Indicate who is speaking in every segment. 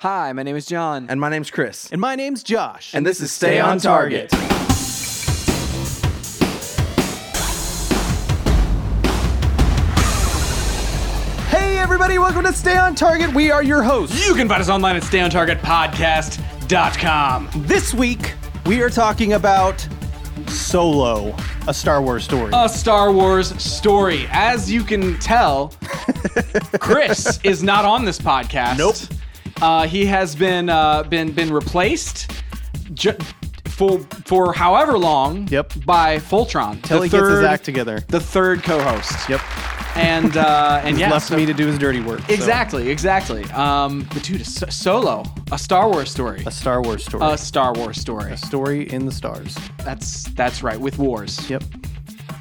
Speaker 1: Hi, my name is John.
Speaker 2: And my name's Chris.
Speaker 3: And my name's Josh.
Speaker 2: And this is Stay on Target.
Speaker 3: hey, everybody, welcome to Stay on Target. We are your hosts.
Speaker 1: You can find us online at stayontargetpodcast.com.
Speaker 3: This week, we are talking about Solo, a Star Wars story.
Speaker 1: A Star Wars story. As you can tell, Chris is not on this podcast.
Speaker 3: Nope.
Speaker 1: Uh, he has been uh, been been replaced ju- for for however long.
Speaker 3: Yep.
Speaker 1: By Foltron.
Speaker 3: Till
Speaker 1: the
Speaker 3: he gets his act together.
Speaker 1: The third co-host.
Speaker 3: yep.
Speaker 1: And uh, and yeah,
Speaker 3: Left
Speaker 1: so-
Speaker 3: me to do his dirty work. so.
Speaker 1: Exactly, exactly. Um, but dude, a so- solo, a Star Wars story,
Speaker 3: A Star Wars story.
Speaker 1: a Star Wars story.
Speaker 3: story in the stars.
Speaker 1: That's that's right. With wars,
Speaker 3: Yep.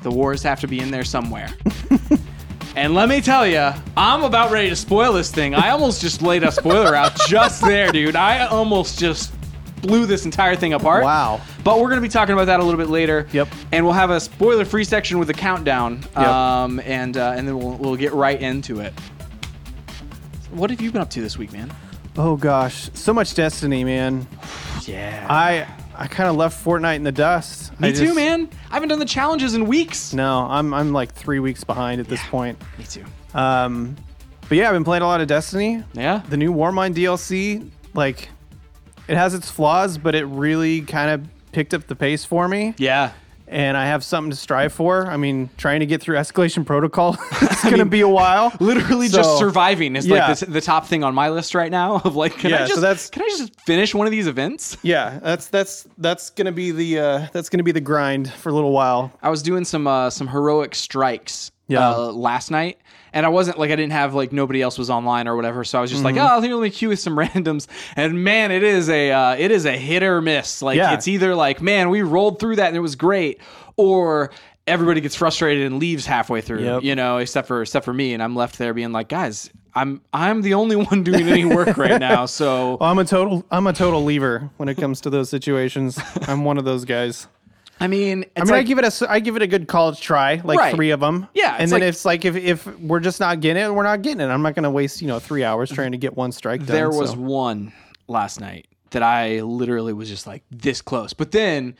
Speaker 1: the wars have to be in there somewhere. and let me tell you, I'm about ready to spoil this thing. I almost just laid a spoiler out just there, dude. I almost just blew this entire thing apart.
Speaker 3: Wow.
Speaker 1: But we're gonna be talking about that a little bit later.
Speaker 3: Yep.
Speaker 1: And we'll have a spoiler-free section with a countdown.
Speaker 3: Yep.
Speaker 1: Um, and uh, and then we'll we'll get right into it. What have you been up to this week, man?
Speaker 3: Oh, gosh. So much destiny, man.
Speaker 1: Yeah.
Speaker 3: I I kind of left Fortnite in the dust.
Speaker 1: me
Speaker 3: I
Speaker 1: too,
Speaker 3: just-
Speaker 1: man. I haven't done the challenges in weeks.
Speaker 3: No, I'm, I'm like three weeks behind at this point.
Speaker 1: Me too.
Speaker 3: Um, but yeah, I've been playing a lot of Destiny.
Speaker 1: Yeah.
Speaker 3: The new Warmind DLC, like, it has its flaws, but it really kind of picked up the pace for me,
Speaker 1: Yeah.
Speaker 3: and I have something to strive for. I mean, trying to get through Escalation Protocol, it's gonna be a while.
Speaker 1: Literally
Speaker 3: So-
Speaker 1: just surviving is
Speaker 3: yeah.
Speaker 1: like the, the top thing on my list right now of like can
Speaker 3: Yeah, so
Speaker 1: I just
Speaker 3: that's-
Speaker 1: can I just finish one of these events?
Speaker 3: Yeah, that's that's that's gonna be the uh, that's gonna be the grind for a little while.
Speaker 1: I was doing some uh, some heroic strikes
Speaker 3: Yeah.
Speaker 1: uh, last night, and I wasn't like I didn't have like nobody else was online or whatever, so I was just like, oh, here, let me queue with some randoms. And man, it is a uh, it is a hit or miss. Like
Speaker 3: Yeah.
Speaker 1: it's either like man, we rolled through that and it was great, or everybody gets frustrated and leaves halfway through.
Speaker 3: Yep.
Speaker 1: You know, except for except for me, and I'm left there being like, guys, I'm I'm the only one doing any work right now, so
Speaker 3: I'm a total I'm a total lever when it comes to those situations. I'm one of those guys.
Speaker 1: I mean, it's
Speaker 3: I mean, I
Speaker 1: like,
Speaker 3: give it a s- I give it a good college try, like
Speaker 1: Right.
Speaker 3: three of them.
Speaker 1: Yeah,
Speaker 3: and
Speaker 1: it's
Speaker 3: then
Speaker 1: like-
Speaker 3: it's like if if we're just not getting it, we're not getting it. I'm not going to waste you know three hours trying to get one strike done.
Speaker 1: There was
Speaker 3: so.
Speaker 1: one last night that I literally was just like this close. But then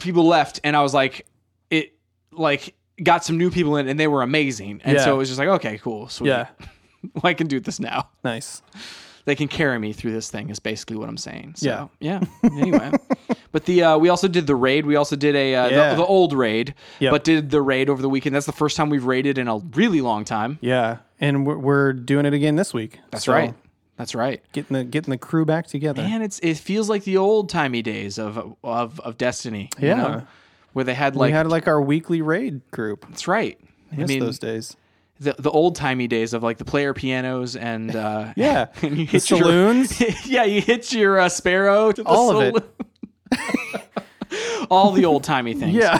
Speaker 1: people left and I was like it like got some new people in and they were amazing. And
Speaker 3: Yeah.
Speaker 1: so it was just like okay, cool. Sweet.
Speaker 3: yeah,
Speaker 1: I can do this now.
Speaker 3: nice.
Speaker 1: They can carry me through this thing is basically what I'm saying. So,
Speaker 3: Yeah.
Speaker 1: yeah. Anyway. but the uh, we also did the raid. We also did a uh,
Speaker 3: Yeah.
Speaker 1: the, the old raid,
Speaker 3: Yep.
Speaker 1: but did the raid over the weekend. That's the first time we've raided in a really long time.
Speaker 3: Yeah, and we're, we're doing it again this week.
Speaker 1: That's right. That's right.
Speaker 3: Getting the getting the crew back together.
Speaker 1: And it's it feels like the old timey days of of of Destiny. you
Speaker 3: Yeah.
Speaker 1: know? where they had
Speaker 3: we
Speaker 1: like
Speaker 3: had like our weekly raid group.
Speaker 1: that's right. I
Speaker 3: Miss
Speaker 1: mean
Speaker 3: those days.
Speaker 1: the the old timey days of like the player pianos and uh,
Speaker 3: Yeah,
Speaker 1: and you
Speaker 3: the
Speaker 1: hit your-
Speaker 3: saloons.
Speaker 1: yeah, you hit your uh, sparrow. To the
Speaker 3: All of it.
Speaker 1: saloon. All the old timey things.
Speaker 3: yeah,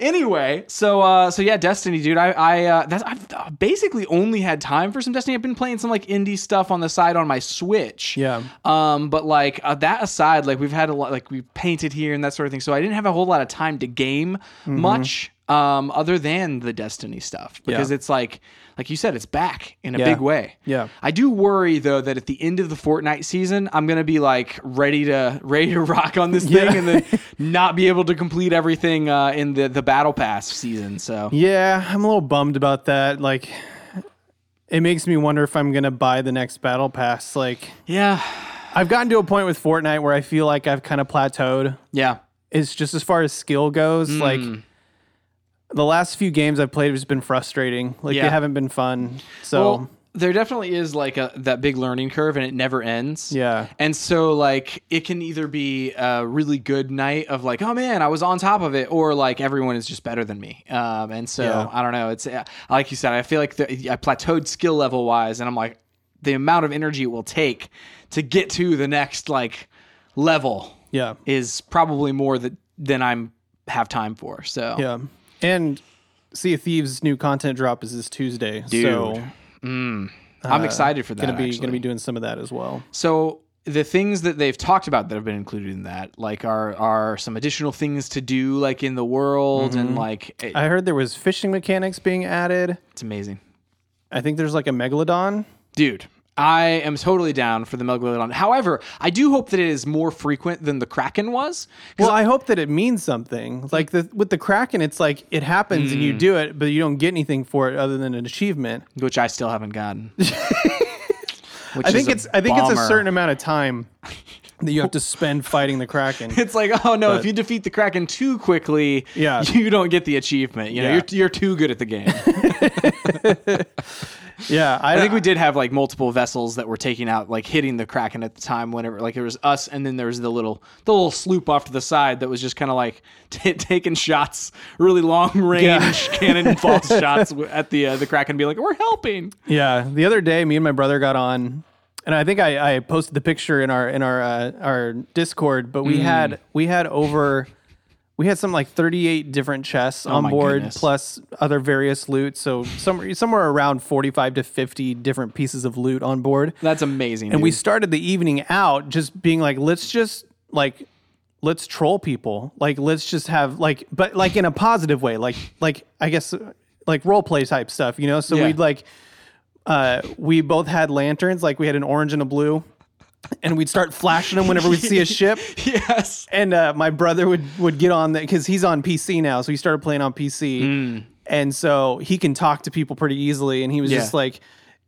Speaker 1: Anyway, so uh, so yeah, Destiny, dude. I I uh, that's I've uh, basically only had time for some Destiny. I've been playing some like indie stuff on the side on my Switch.
Speaker 3: Yeah.
Speaker 1: Um, but like uh, that aside, like we've had a lot, like we painted here and that sort of thing. So I didn't have a whole lot of time to game much, um, other than the Destiny stuff because
Speaker 3: Mm-hmm. Yeah.
Speaker 1: it's like, like you said, it's back in a
Speaker 3: Yeah.
Speaker 1: big way.
Speaker 3: Yeah.
Speaker 1: I do worry though that at the end of the Fortnite season, I'm gonna be like ready to ready to rock on this
Speaker 3: Yeah.
Speaker 1: thing and then not be able to complete everything uh, in the the battle pass season. So
Speaker 3: yeah. I'm a little bummed about that. Like, it makes me wonder if I'm going to buy the next battle pass. Like.
Speaker 1: yeah,
Speaker 3: I've gotten to a point with Fortnite where I feel like I've kind of plateaued.
Speaker 1: yeah,
Speaker 3: It's just as far as skill goes,
Speaker 1: Hmm.
Speaker 3: like the last few games I've played have just been frustrating. Like
Speaker 1: Yeah.
Speaker 3: they haven't been fun. So
Speaker 1: Well, Um, there definitely is like a that big learning curve, and it never ends.
Speaker 3: Yeah.
Speaker 1: and so like it can either be a really good night of like, oh man, I was on top of it, or like everyone is just better than me. Um, and so
Speaker 3: Yeah.
Speaker 1: I don't know. It's uh, like you said, I feel like the, I plateaued skill level wise, and I'm like the amount of energy it will take to get to the next like level
Speaker 3: yeah,
Speaker 1: is probably more that than I'm have time for. So
Speaker 3: yeah. And Sea of Thieves new content drop is this Tuesday. So
Speaker 1: I'm excited for that.
Speaker 3: Uh, gonna be
Speaker 1: actually.
Speaker 3: gonna be doing some of that as well.
Speaker 1: So the things that they've talked about that have been included in that, like are are some additional things to do, like in the world,
Speaker 3: Mm-hmm.
Speaker 1: and like it-
Speaker 3: I heard there was fishing mechanics being added.
Speaker 1: it's amazing,
Speaker 3: I think there's like a megalodon.
Speaker 1: dude. I am totally down for the Megalodon. However, I do hope that it is more frequent than the Kraken was. 'Cause
Speaker 3: Well, I hope that it means something. Like the with the Kraken, it's like it happens and
Speaker 1: Hmm.
Speaker 3: you do it, but you don't get anything for it other than an achievement.
Speaker 1: which I still haven't gotten. Which
Speaker 3: I
Speaker 1: is
Speaker 3: think
Speaker 1: a
Speaker 3: it's I think it's a
Speaker 1: bummer.
Speaker 3: certain amount of time that you have to spend fighting the Kraken.
Speaker 1: It's like, oh no, if you defeat the Kraken too quickly,
Speaker 3: Yeah.
Speaker 1: you don't get the achievement. You know,
Speaker 3: Yeah.
Speaker 1: you're, you're too good at the game.
Speaker 3: Yeah, I,
Speaker 1: I think we did have like multiple vessels that were taking out, like hitting the Kraken at the time. Whenever like there was us, and then there was the little the little sloop off to the side that was just kind of like t- taking shots, really long range cannon false shots w- at the uh, the Kraken, be like, we're helping.
Speaker 3: Yeah, the other day, me and my brother got on, and I think I, I posted the picture in our in our uh, our Discord. But we
Speaker 1: Hmm.
Speaker 3: had we had over we had some like thirty eight different chests on
Speaker 1: Oh my
Speaker 3: board,
Speaker 1: goodness.
Speaker 3: plus other various loot. So somewhere somewhere around forty five to fifty different pieces of loot on board.
Speaker 1: That's amazing.
Speaker 3: And we
Speaker 1: dude.
Speaker 3: started the evening out just being like, let's just like let's troll people. Like let's just have like but like in a positive way. Like like I guess uh, like role play type stuff, you know? So
Speaker 1: Yeah.
Speaker 3: we'd like uh we both had lanterns, like we had an orange and a blue. And we'd start flashing them whenever we'd see a ship.
Speaker 1: yes,
Speaker 3: And uh, my brother would would get on that because he's on PC now, so he started playing on PC,
Speaker 1: Hmm.
Speaker 3: and so he can talk to people pretty easily. And he was
Speaker 1: Yeah.
Speaker 3: just like,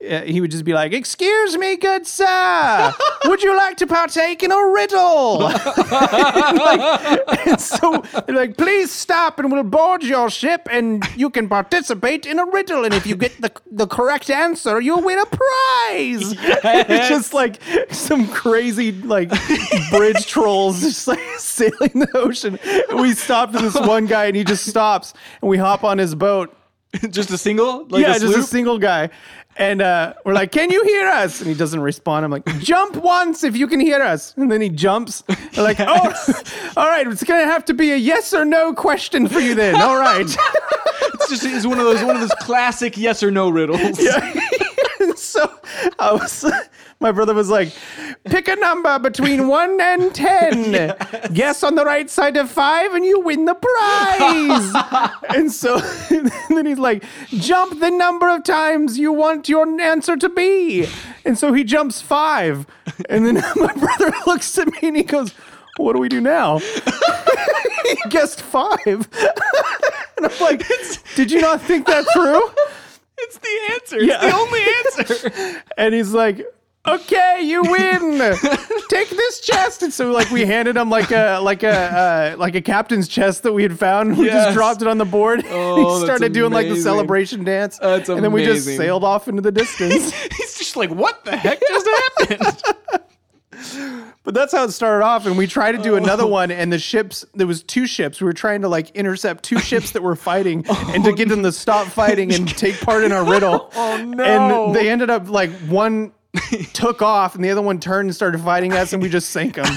Speaker 3: uh, he would just be like, "Excuse me, good sir, would you like to partake in a riddle?" and like, and so they're like, "Please stop, and we'll board your ship, and you can participate in a riddle. And if you get the the correct answer, you'll win a prize." it's just like some crazy like bridge trolls just like sailing the ocean. And we stop to this one guy and he just stops and we hop on his boat.
Speaker 1: just a single, like
Speaker 3: yeah,
Speaker 1: a
Speaker 3: just a
Speaker 1: sloop?
Speaker 3: single guy. And uh, we're like, "Can you hear us?" And he doesn't respond. I'm like, "Jump once if you can hear us." And then he jumps. We're like, "Oh, all right. It's gonna have to be a yes or no question for you then. All right."
Speaker 1: it's just it's one of those one of those classic yes or no riddles.
Speaker 3: so I was, my brother was like, pick a number between one and ten. Guess on the right side of five, and you win the prize. and so and then he's like, jump the number of times you want your answer to be. And so he jumps five. And then my brother looks at me and he goes, what do we do now? he guessed five. and I'm like, did you not think that through?
Speaker 1: It's the answer. It's
Speaker 3: Yeah.
Speaker 1: the only answer.
Speaker 3: and he's like, "Okay, you win. Take this chest." And so, like, we handed him like a like a uh, like a captain's chest that we had found. We
Speaker 1: Yes.
Speaker 3: just dropped it on the board.
Speaker 1: Oh,
Speaker 3: he
Speaker 1: that's
Speaker 3: started doing like the
Speaker 1: amazing.
Speaker 3: celebration dance,
Speaker 1: That's
Speaker 3: and then we just
Speaker 1: amazing.
Speaker 3: sailed off into the distance.
Speaker 1: He's just like, what the heck just happened?
Speaker 3: but that's how it started off. And we tried to
Speaker 1: Oh.
Speaker 3: do another one, and the ships there was two ships. We were trying to like intercept two ships that were fighting, and to get them to stop fighting and take part in our riddle.
Speaker 1: Oh, no.
Speaker 3: And they ended up like one. took off and the other one turned and started fighting us and we just sank them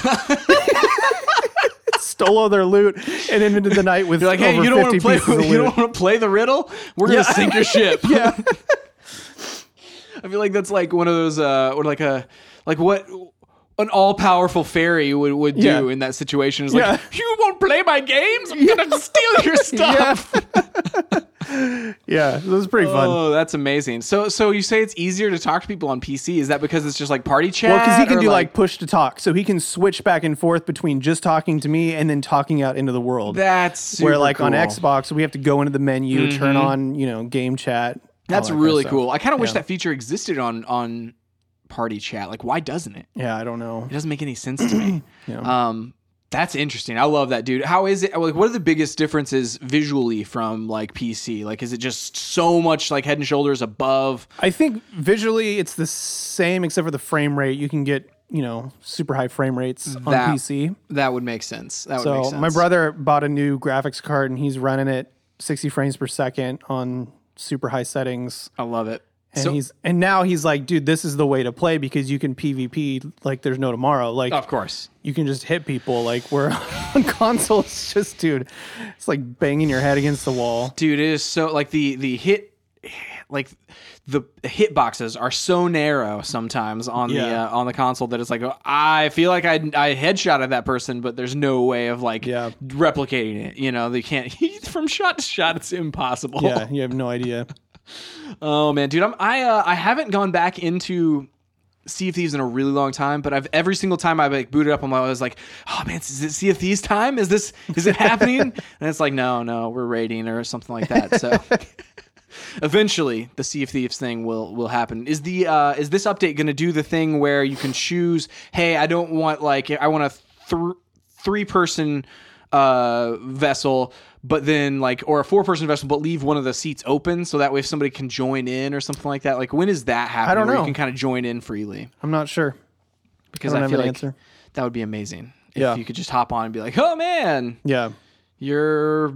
Speaker 3: stole all their loot and ended the night with
Speaker 1: Like, hey,
Speaker 3: over
Speaker 1: you don't want
Speaker 3: 50
Speaker 1: to play.
Speaker 3: pieces of
Speaker 1: You
Speaker 3: loot.
Speaker 1: don't want to play the riddle. We're
Speaker 3: Yeah.
Speaker 1: gonna sink your ship.
Speaker 3: yeah
Speaker 1: I feel like that's like one of those, uh, or like a, like what an all-powerful fairy would, would do
Speaker 3: Yeah.
Speaker 1: in that situation is like,
Speaker 3: Yeah.
Speaker 1: you won't play my games. I'm gonna steal your stuff.
Speaker 3: yeah it was pretty fun
Speaker 1: Oh, that's amazing. So, so you say it's easier to talk to people on PC? Is that because it's just like party chat?
Speaker 3: Well, because he can
Speaker 1: or,
Speaker 3: do like, push to talk, so he can switch back and forth between just talking to me and then talking out into the world.
Speaker 1: that's super
Speaker 3: Where like on
Speaker 1: cool. Mm-hmm.
Speaker 3: Xbox, we have to go into the menu, turn on you know game chat.
Speaker 1: That's
Speaker 3: all that kind of
Speaker 1: really
Speaker 3: stuff.
Speaker 1: cool. I kind of wish that feature existed on on party chat. Like, why doesn't it?
Speaker 3: Yeah, I don't know.
Speaker 1: It doesn't make any sense to me. Um, that's interesting. I love that, dude. How is it? Like, what are the biggest differences visually from like PC? Like, is it just so much like head and shoulders above?
Speaker 3: I think visually it's the same except for the frame rate. You can get you know super high frame rates on
Speaker 1: That-
Speaker 3: PC.
Speaker 1: That would make sense. That would make
Speaker 3: So
Speaker 1: sense.
Speaker 3: my brother bought a new graphics card and he's running it 60 frames per second on super high settings.
Speaker 1: I love it.
Speaker 3: And
Speaker 1: So,
Speaker 3: he's and now he's like, dude, this is the way to play because you can PvP like there's no tomorrow. Like
Speaker 1: of course,
Speaker 3: you can just hit people. Like we're on console, it's just dude, it's like banging your head against the wall.
Speaker 1: dude, it is so like the the hit. Like the hit boxes are so narrow sometimes on the
Speaker 3: Yeah.
Speaker 1: uh, on the console that it's like oh, I feel like I I headshotted that person, but there's no way of like
Speaker 3: Yeah.
Speaker 1: replicating it. You know, they can't from shot to shot. It's impossible.
Speaker 3: Yeah, you have no idea.
Speaker 1: Oh man, dude, I'm, I uh, I haven't gone back into Sea of Thieves in a really long time, but I've every single time I like booted up on my, I was like, oh man, is it Sea of Thieves time? Is this is it happening? and it's like, no, no, we're raiding or something like that. So eventually, the Sea of Thieves thing will will happen. Is the uh, is this update going to do the thing where you can choose? Hey, I don't want like I want a th- three person uh vessel but then like or a four person vessel but leave one of the seats open so that way if somebody can join in or something like that like when is that happening
Speaker 3: don't
Speaker 1: where
Speaker 3: know.
Speaker 1: you can kind of join in freely
Speaker 3: I'm not sure.
Speaker 1: because
Speaker 3: I
Speaker 1: I,
Speaker 3: don't have
Speaker 1: feel
Speaker 3: an
Speaker 1: like
Speaker 3: answer.
Speaker 1: that would be amazing if
Speaker 3: Yeah.
Speaker 1: you could just hop on and be like, "Oh man,
Speaker 3: Yeah.
Speaker 1: you're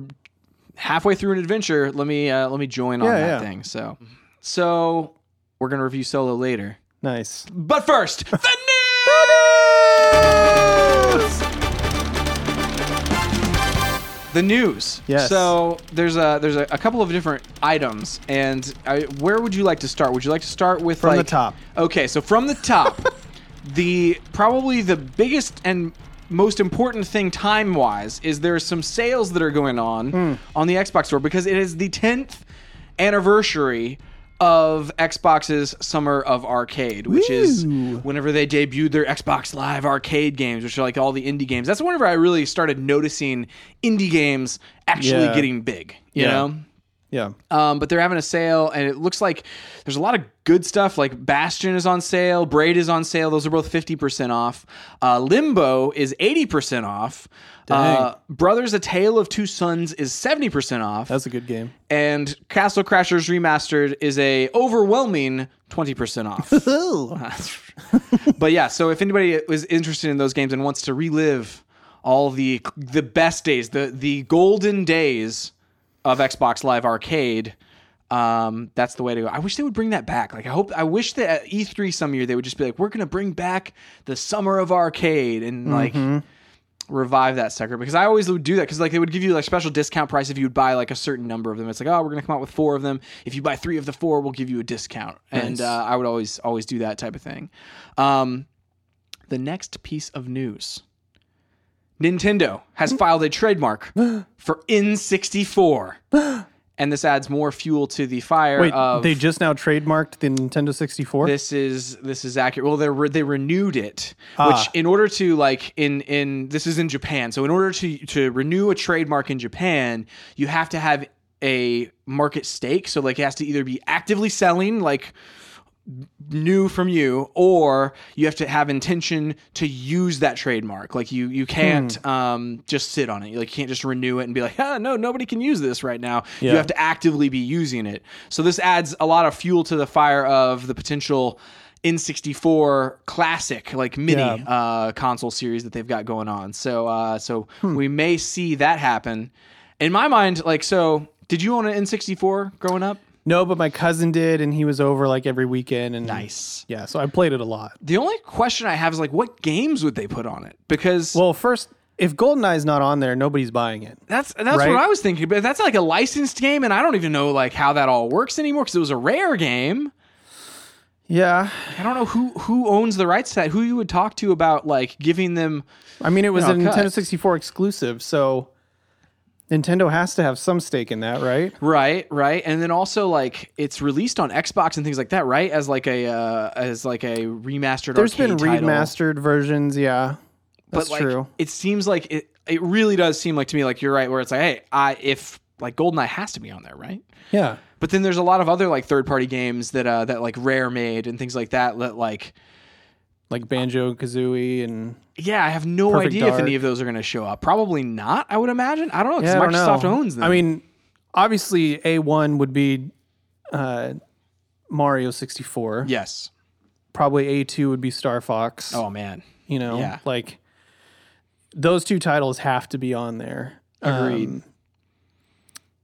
Speaker 1: halfway through an adventure. Let me uh, let me join on
Speaker 3: Yeah,
Speaker 1: that
Speaker 3: yeah.
Speaker 1: thing." So, so we're gonna review solo later,
Speaker 3: Nice.
Speaker 1: but first the news. The news.
Speaker 3: Yes.
Speaker 1: So there's a there's a, a couple of different items, and I, where would you like to start? Would you like to start with
Speaker 3: From the
Speaker 1: like-
Speaker 3: top.
Speaker 1: Okay, so from the top, the probably the biggest and most important thing time wise is there are some sales that are going on
Speaker 3: Hmm.
Speaker 1: on the Xbox store because it is the 10th anniversary of Xbox's Summer of Arcade, which is
Speaker 3: Woo.
Speaker 1: whenever they debuted their Xbox Live arcade games, which are like all the indie games. That's whenever I really started noticing indie games actually
Speaker 3: Yeah.
Speaker 1: getting big, you
Speaker 3: Yeah.
Speaker 1: know?
Speaker 3: Yeah.
Speaker 1: Um, but they're having a sale, and it looks like there's a lot of good stuff. Like Bastion is on sale, Braid is on sale. Those are both 50% off. Uh, Limbo is 80% off. Uh, Brothers: A Tale of Two Sons is 70% off,
Speaker 3: That's a good game.
Speaker 1: and Castle Crashers Remastered is a overwhelming 20% off. but yeah, so if anybody is interested in those games and wants to relive all the the best days, the the golden days of Xbox Live Arcade, um, that's the way to go. I wish they would bring that back. Like I hope, I wish that at E3 some year they would just be like, we're gonna bring back the summer of arcade and like. Revive that sucker because I always would do that because like they would give you like special discount price if you would buy like a certain number of them. It's like oh we're gonna come out with four of them. If you buy three of the four, we'll give you a discount. And uh, I would always always do that type of thing. Um, the next piece of news Nintendo has filed a trademark for N64. And this adds more fuel to the fire
Speaker 3: Wait,
Speaker 1: of
Speaker 3: they just now trademarked the Nintendo 64?
Speaker 1: this is this is accurate. Well, they re- they renewed it,
Speaker 3: Ah.
Speaker 1: which in order to like in in this is in Japan. So in order to to renew a trademark in Japan, you have to have a market stake. So like it has to either be actively selling like new from you or you have to have intention to use that trademark like you you can't
Speaker 3: Hmm.
Speaker 1: um just sit on it you like can't just renew it and be like ah, no nobody can use this right now you
Speaker 3: Yeah.
Speaker 1: have to actively be using it so this adds a lot of fuel to the fire of the potential n64 classic like mini
Speaker 3: Yeah.
Speaker 1: uh console series that they've got going on so uh so
Speaker 3: Hmm.
Speaker 1: we may see that happen in my mind like so did you own an n64 growing up
Speaker 3: no, but my cousin did, and he was over like every weekend. And
Speaker 1: nice
Speaker 3: Yeah, so I played it a lot.
Speaker 1: The only question I have is like, what games would they put on it? Because
Speaker 3: Well, first, if GoldenEye's not on there, nobody's buying it.
Speaker 1: that's that's
Speaker 3: right.
Speaker 1: what I was thinking. But that's like a licensed game, and I don't even know like how that all works anymore because it was a rare game.
Speaker 3: Yeah.
Speaker 1: I don't know who who owns the rights to that. Who you would talk to about like giving them?
Speaker 3: I mean, it was a
Speaker 1: No, cut.
Speaker 3: Nintendo 64 exclusive, so Nintendo has to have some stake in that, right?
Speaker 1: Right, right, and then also like it's released on Xbox and things like that, right? As like a uh, as like a remastered.
Speaker 3: There's been
Speaker 1: arcade title.
Speaker 3: remastered versions, yeah. That's
Speaker 1: but like,
Speaker 3: true.
Speaker 1: It seems like it. It really does seem like to me like you're right. Where it's like, hey, I if like Goldeneye has to be on there, right?
Speaker 3: Yeah.
Speaker 1: But then there's a lot of other like third party games that uh that like Rare made and things like that that like
Speaker 3: Like Banjo Kazooie and
Speaker 1: yeah, I have no
Speaker 3: Perfect
Speaker 1: idea if
Speaker 3: Dark.
Speaker 1: any of those are going to show up. Probably not, I would imagine. I don't know
Speaker 3: Yeah,
Speaker 1: cuz
Speaker 3: I don't
Speaker 1: Microsoft
Speaker 3: know.
Speaker 1: owns them.
Speaker 3: I mean, obviously, A1 would be uh, Mario 64.
Speaker 1: yes.
Speaker 3: Probably A2 would be Star Fox.
Speaker 1: Oh man.
Speaker 3: you know,
Speaker 1: yeah.
Speaker 3: like those two titles have to be on there.
Speaker 1: Agreed.
Speaker 3: Um,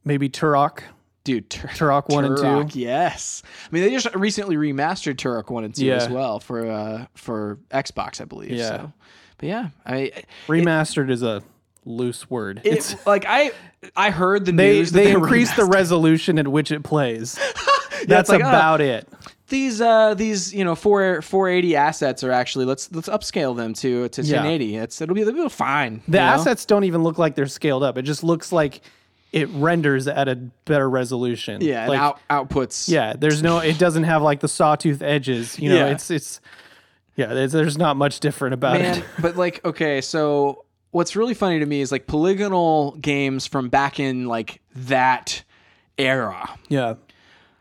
Speaker 3: maybe Turok.
Speaker 1: Dude, Tur-
Speaker 3: Turok 1 and 2.
Speaker 1: Turok, Yes. I mean, they just recently remastered Turok 1 and 2
Speaker 3: Yeah.
Speaker 1: as well for uh for Xbox, I believe.
Speaker 3: Yeah.
Speaker 1: So. But yeah, I
Speaker 3: Remastered is a loose word.
Speaker 1: it, like I I heard the
Speaker 3: they
Speaker 1: news that
Speaker 3: they,
Speaker 1: were
Speaker 3: increase the
Speaker 1: remastering-
Speaker 3: resolution at which it plays.
Speaker 1: it's
Speaker 3: That's
Speaker 1: like, oh.
Speaker 3: about it.
Speaker 1: these uh these you know four 480 assets are actually let's let's upscale them to to
Speaker 3: Yeah.
Speaker 1: 1080 it's it'll be it'll be fine
Speaker 3: The
Speaker 1: you know?
Speaker 3: assets don't even look like they're scaled up. It just looks like it renders at a better resolution.
Speaker 1: yeah and
Speaker 3: like
Speaker 1: out, outputs
Speaker 3: yeah. There's no. It doesn't have like the sawtooth edges. You know,
Speaker 1: Yeah.
Speaker 3: it's it's Yeah, there's, there's not much different about
Speaker 1: Man,
Speaker 3: it.
Speaker 1: but like, okay, so what's really funny to me is like polygonal games from back in like that era.
Speaker 3: Yeah.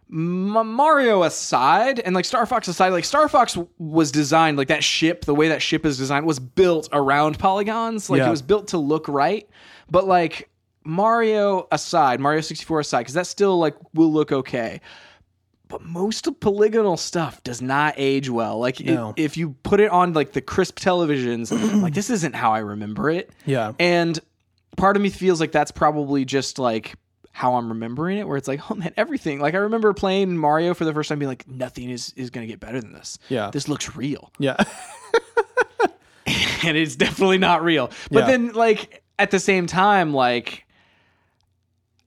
Speaker 1: M- Mario aside, and like Star Fox aside, like Star Fox w- was designed like that ship. The way that ship is designed was built around polygons. Like
Speaker 3: Yeah.
Speaker 1: it was built to look right. But like Mario aside, Mario sixty four aside, because that still like will look okay. But most of polygonal stuff does not age well. Like it-
Speaker 3: No.
Speaker 1: if you put it on like the crisp televisions, like this isn't how I remember it.
Speaker 3: Yeah.
Speaker 1: And part of me feels like that's probably just like how I'm remembering it, where it's like, oh man, everything. Like I remember playing Mario for the first time, being like, nothing is is gonna get better than this.
Speaker 3: Yeah.
Speaker 1: this looks real,
Speaker 3: Yeah.
Speaker 1: and it's definitely not real. But
Speaker 3: Yeah.
Speaker 1: then, like at the same time, like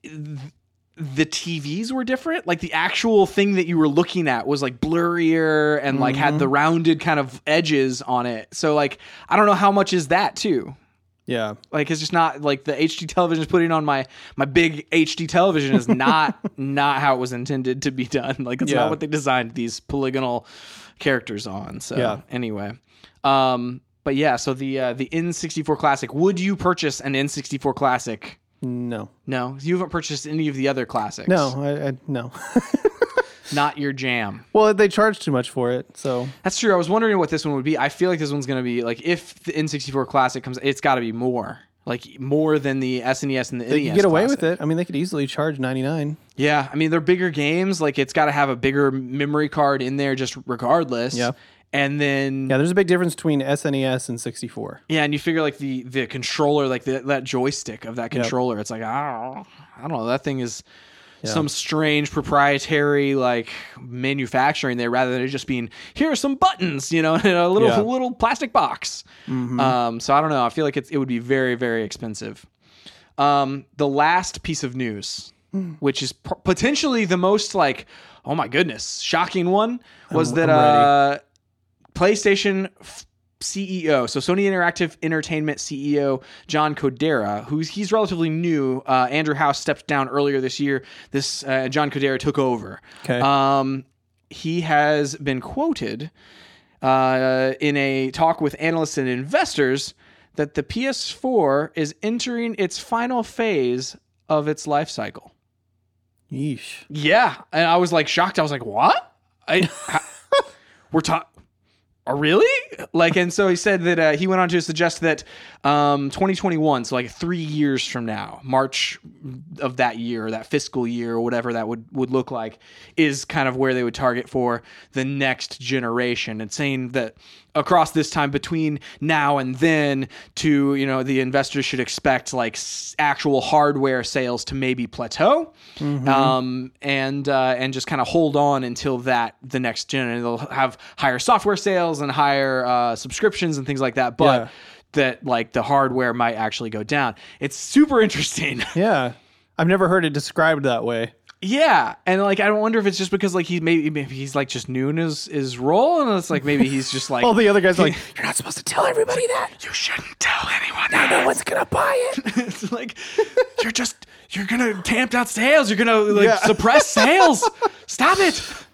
Speaker 1: th- the TVs were different. Like the actual thing that you were looking at was like blurrier and like had the rounded kind of edges on it. So like I don't know how much is that too.
Speaker 3: Yeah.
Speaker 1: Like it's just not like the HD television is putting on my my big HD television is not not how it was intended to be done. Like it's
Speaker 3: Yeah.
Speaker 1: not what they designed these polygonal characters on. So
Speaker 3: Yeah.
Speaker 1: anyway, um, but yeah, so the uh, the N64 Classic. Would you purchase an N64 Classic?
Speaker 3: No.
Speaker 1: No, you haven't purchased any of the other classics.
Speaker 3: No. I, I no.
Speaker 1: not your jam.
Speaker 3: well, they charge too much for it, so
Speaker 1: That's true. I was wondering what this one would be. I feel like this one's gonna be like if the N64 Classic comes, it's got to be more. Like more than the SNES and the E
Speaker 3: they
Speaker 1: NES.
Speaker 3: can get away
Speaker 1: Classic.
Speaker 3: with it. I mean, they could easily charge ninety nine.
Speaker 1: Yeah, I mean they're bigger games. Like it's got to have a bigger memory card in there, just regardless.
Speaker 3: Yeah.
Speaker 1: And then
Speaker 3: Yeah,
Speaker 1: yeah.
Speaker 3: there's a big difference between SNES and sixty four.
Speaker 1: and you figure like the the controller, like the, that joystick of that controller. It's like I don't, I don't know. That thing is some strange proprietary like manufacturing there, rather than it just being here are some buttons, you know, in a little
Speaker 3: Yeah. Mm-hmm.
Speaker 1: little plastic box. Um, so I don't know. I feel like it's, it would be very very expensive. um, the last piece of news,
Speaker 3: Mm.
Speaker 1: which is p- potentially the most like, oh my goodness, shocking one, was that
Speaker 3: I'm
Speaker 1: uh, PlayStation f- CEO, E so Sony Interactive Entertainment CEO John Codera, who's he's relatively new. Uh, Andrew House stepped down earlier this year. This uh, John Codera took over.
Speaker 3: Okay.
Speaker 1: Um, he has been quoted uh, in a talk with analysts and investors that the PS4 is entering its final phase of its life cycle.
Speaker 3: Yeesh.
Speaker 1: Yeah, and I was like shocked. I was like, "What? I, ha- we're talking." Really? Like, and so he said that uh, he went on to suggest that um, 2021, so like three years from now, March of that year, or that fiscal year, or whatever that would would look like, is kind of where they would target for the next generation, and saying that across this time between now and then, to you know, the investors should expect like s- actual hardware sales to maybe plateau,
Speaker 3: Mm-hmm.
Speaker 1: um, and uh, and just kind of hold on until that the next gen, and they'll have higher software sales and higher uh, subscriptions and things like that, but.
Speaker 3: Yeah.
Speaker 1: That like the hardware might actually go down. It's super interesting.
Speaker 3: Yeah. I've never heard it described that way.
Speaker 1: Yeah, and like I wonder if it's just because like he maybe maybe he's like just new in his his role, and it's like maybe he's just like
Speaker 3: All the other guys are like, You're not supposed to tell everybody that.
Speaker 1: you shouldn't tell anyone. No,
Speaker 3: No one's gonna buy it.
Speaker 1: it's like you're just you're gonna tamp down sales. You're gonna like
Speaker 3: Yeah.
Speaker 1: suppress sales. Stop it.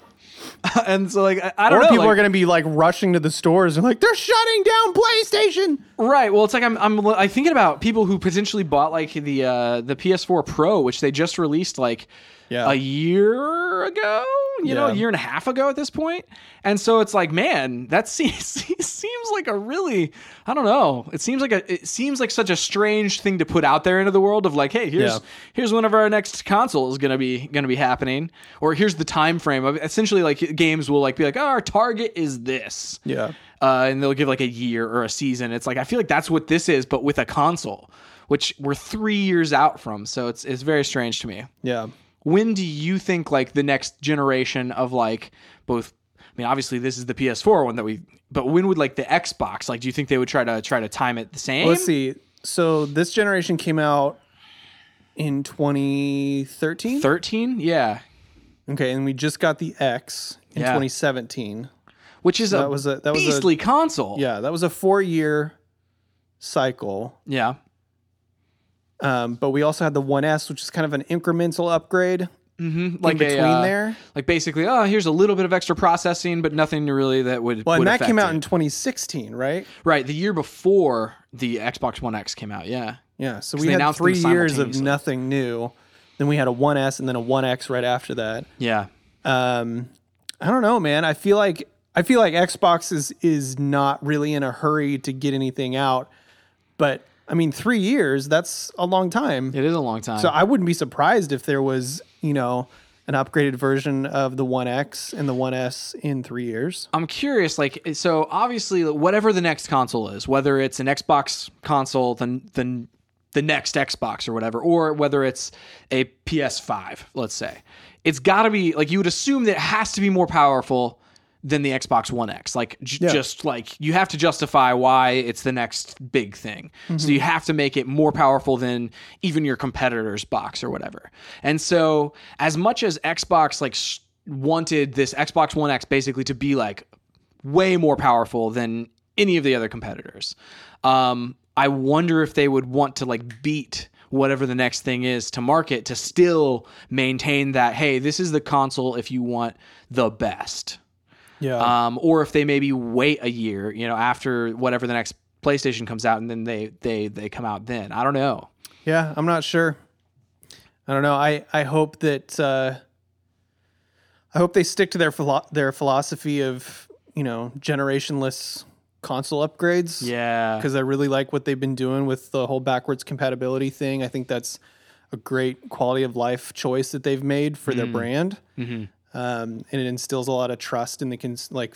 Speaker 1: And so like I, I don't
Speaker 3: Or
Speaker 1: know.
Speaker 3: people
Speaker 1: like-
Speaker 3: are gonna be like rushing to the stores and like, They're shutting down PlayStation.
Speaker 1: Right. Well, it's like I'm I'm like thinking about people who potentially bought like the uh the PS4 Pro, which they just released like
Speaker 3: Yeah.
Speaker 1: a year ago, you know,
Speaker 3: Yeah.
Speaker 1: a year and a half ago at this point. And so it's like, man, that seems seems like a really I don't know. It seems like a it seems like such a strange thing to put out there into the world of like, hey, here's
Speaker 3: Yeah.
Speaker 1: here's whenever our next console is gonna be gonna be happening, or here's the time frame of essentially like games will like be like, oh, our target is this
Speaker 3: Yeah.
Speaker 1: uh, and they'll give like a year or a season. It's like I feel like that's what this is, but with a console, which we're three years out from. So it's it's very strange to me.
Speaker 3: Yeah.
Speaker 1: When do you think like the next generation of like both? I mean, obviously this is the PS4 one that we, but when would like the Xbox? Like, do you think they would try to try to time it the same?
Speaker 3: Let's see. So this generation came out in 2013.
Speaker 1: Thirteen, yeah,
Speaker 3: Okay, and we just got the X in
Speaker 1: Yeah.
Speaker 3: 2017.
Speaker 1: which is a,
Speaker 3: That was a that was
Speaker 1: beastly console.
Speaker 3: a yeah that was a four year cycle.
Speaker 1: yeah.
Speaker 3: Um, but we also had the 1S, which is kind of an incremental upgrade.
Speaker 1: like
Speaker 3: in between
Speaker 1: a, uh,
Speaker 3: there.
Speaker 1: like basically, oh, here's a little bit of extra processing, but nothing really that would.
Speaker 3: Well,
Speaker 1: would
Speaker 3: and that
Speaker 1: affect
Speaker 3: came out
Speaker 1: it.
Speaker 3: in 2016, right?
Speaker 1: right the year before the Xbox One X came out. Yeah,
Speaker 3: Yeah. So
Speaker 1: 'Cause
Speaker 3: we
Speaker 1: they
Speaker 3: had
Speaker 1: announced them
Speaker 3: three years of
Speaker 1: simultaneously.
Speaker 3: nothing new. Then we had a 1S and then a 1X right after that.
Speaker 1: yeah.
Speaker 3: Um, I don't know, man. I feel like I feel like Xbox is is not really in a hurry to get anything out. But I mean, three years, that's a long time.
Speaker 1: It is a long time.
Speaker 3: So I wouldn't be surprised if there was, you know, an upgraded version of the 1X and the 1S in three years.
Speaker 1: I'm curious, like, so obviously, whatever the next console is, whether it's an Xbox console, the the the next Xbox or whatever, or whether it's a PS5, let's say, it's got to be like you would assume that it has to be more powerful than the Xbox One X. Like, j- just like you have to justify why it's the next big thing. So you have to make it more powerful than even your competitor's box or whatever. And so, as much as Xbox like sh- wanted this Xbox One X basically to be like way more powerful than any of the other competitors. Um, I wonder if they would want to like beat whatever the next thing is to market to still maintain that hey, this is the console if you want the best.
Speaker 3: Yeah.
Speaker 1: Um, or if they maybe wait a year, you know, after whatever the next PlayStation comes out, and then they they they come out then. I don't know.
Speaker 3: Yeah, I'm not sure. I don't know. I I hope that uh, I hope they stick to their philo- their philosophy of you know generationless console upgrades.
Speaker 1: Yeah,
Speaker 3: because I really like what they've been doing with the whole backwards compatibility thing. I think that's a great quality of life choice that they've made for their brand, um, and it instills a lot of trust in the cons- like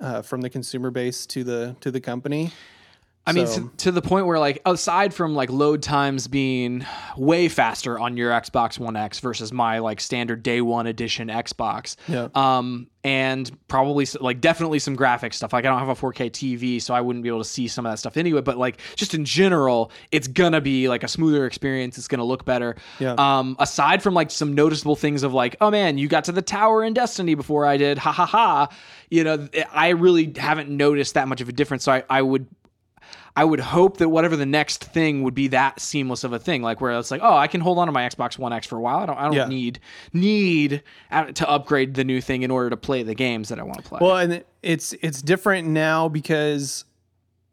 Speaker 3: uh, from the consumer base to the to the company.
Speaker 1: I mean,
Speaker 3: So-
Speaker 1: to, to the point where, like, aside from like load times being way faster on your Xbox One X versus my like standard day one edition Xbox,
Speaker 3: Yeah.
Speaker 1: um, and probably s- like definitely some graphic stuff. Like, I don't have a 4K TV, so I wouldn't be able to see some of that stuff anyway. But like, just in general, it's gonna be like a smoother experience. It's gonna look better.
Speaker 3: Yeah.
Speaker 1: Um, aside from like some noticeable things of like, oh man, you got to the tower in Destiny before I did. Ha ha ha. You know, th- I really haven't noticed that much of a difference. So I, I would I would hope that whatever the next thing would be that seamless of a thing, like where it's like, oh, I can hold on to my Xbox One X for a while. I don't, I don't
Speaker 3: Yeah.
Speaker 1: need need uh, to upgrade the new thing in order to play the games that I want to play.
Speaker 3: Well, and it's it's different now because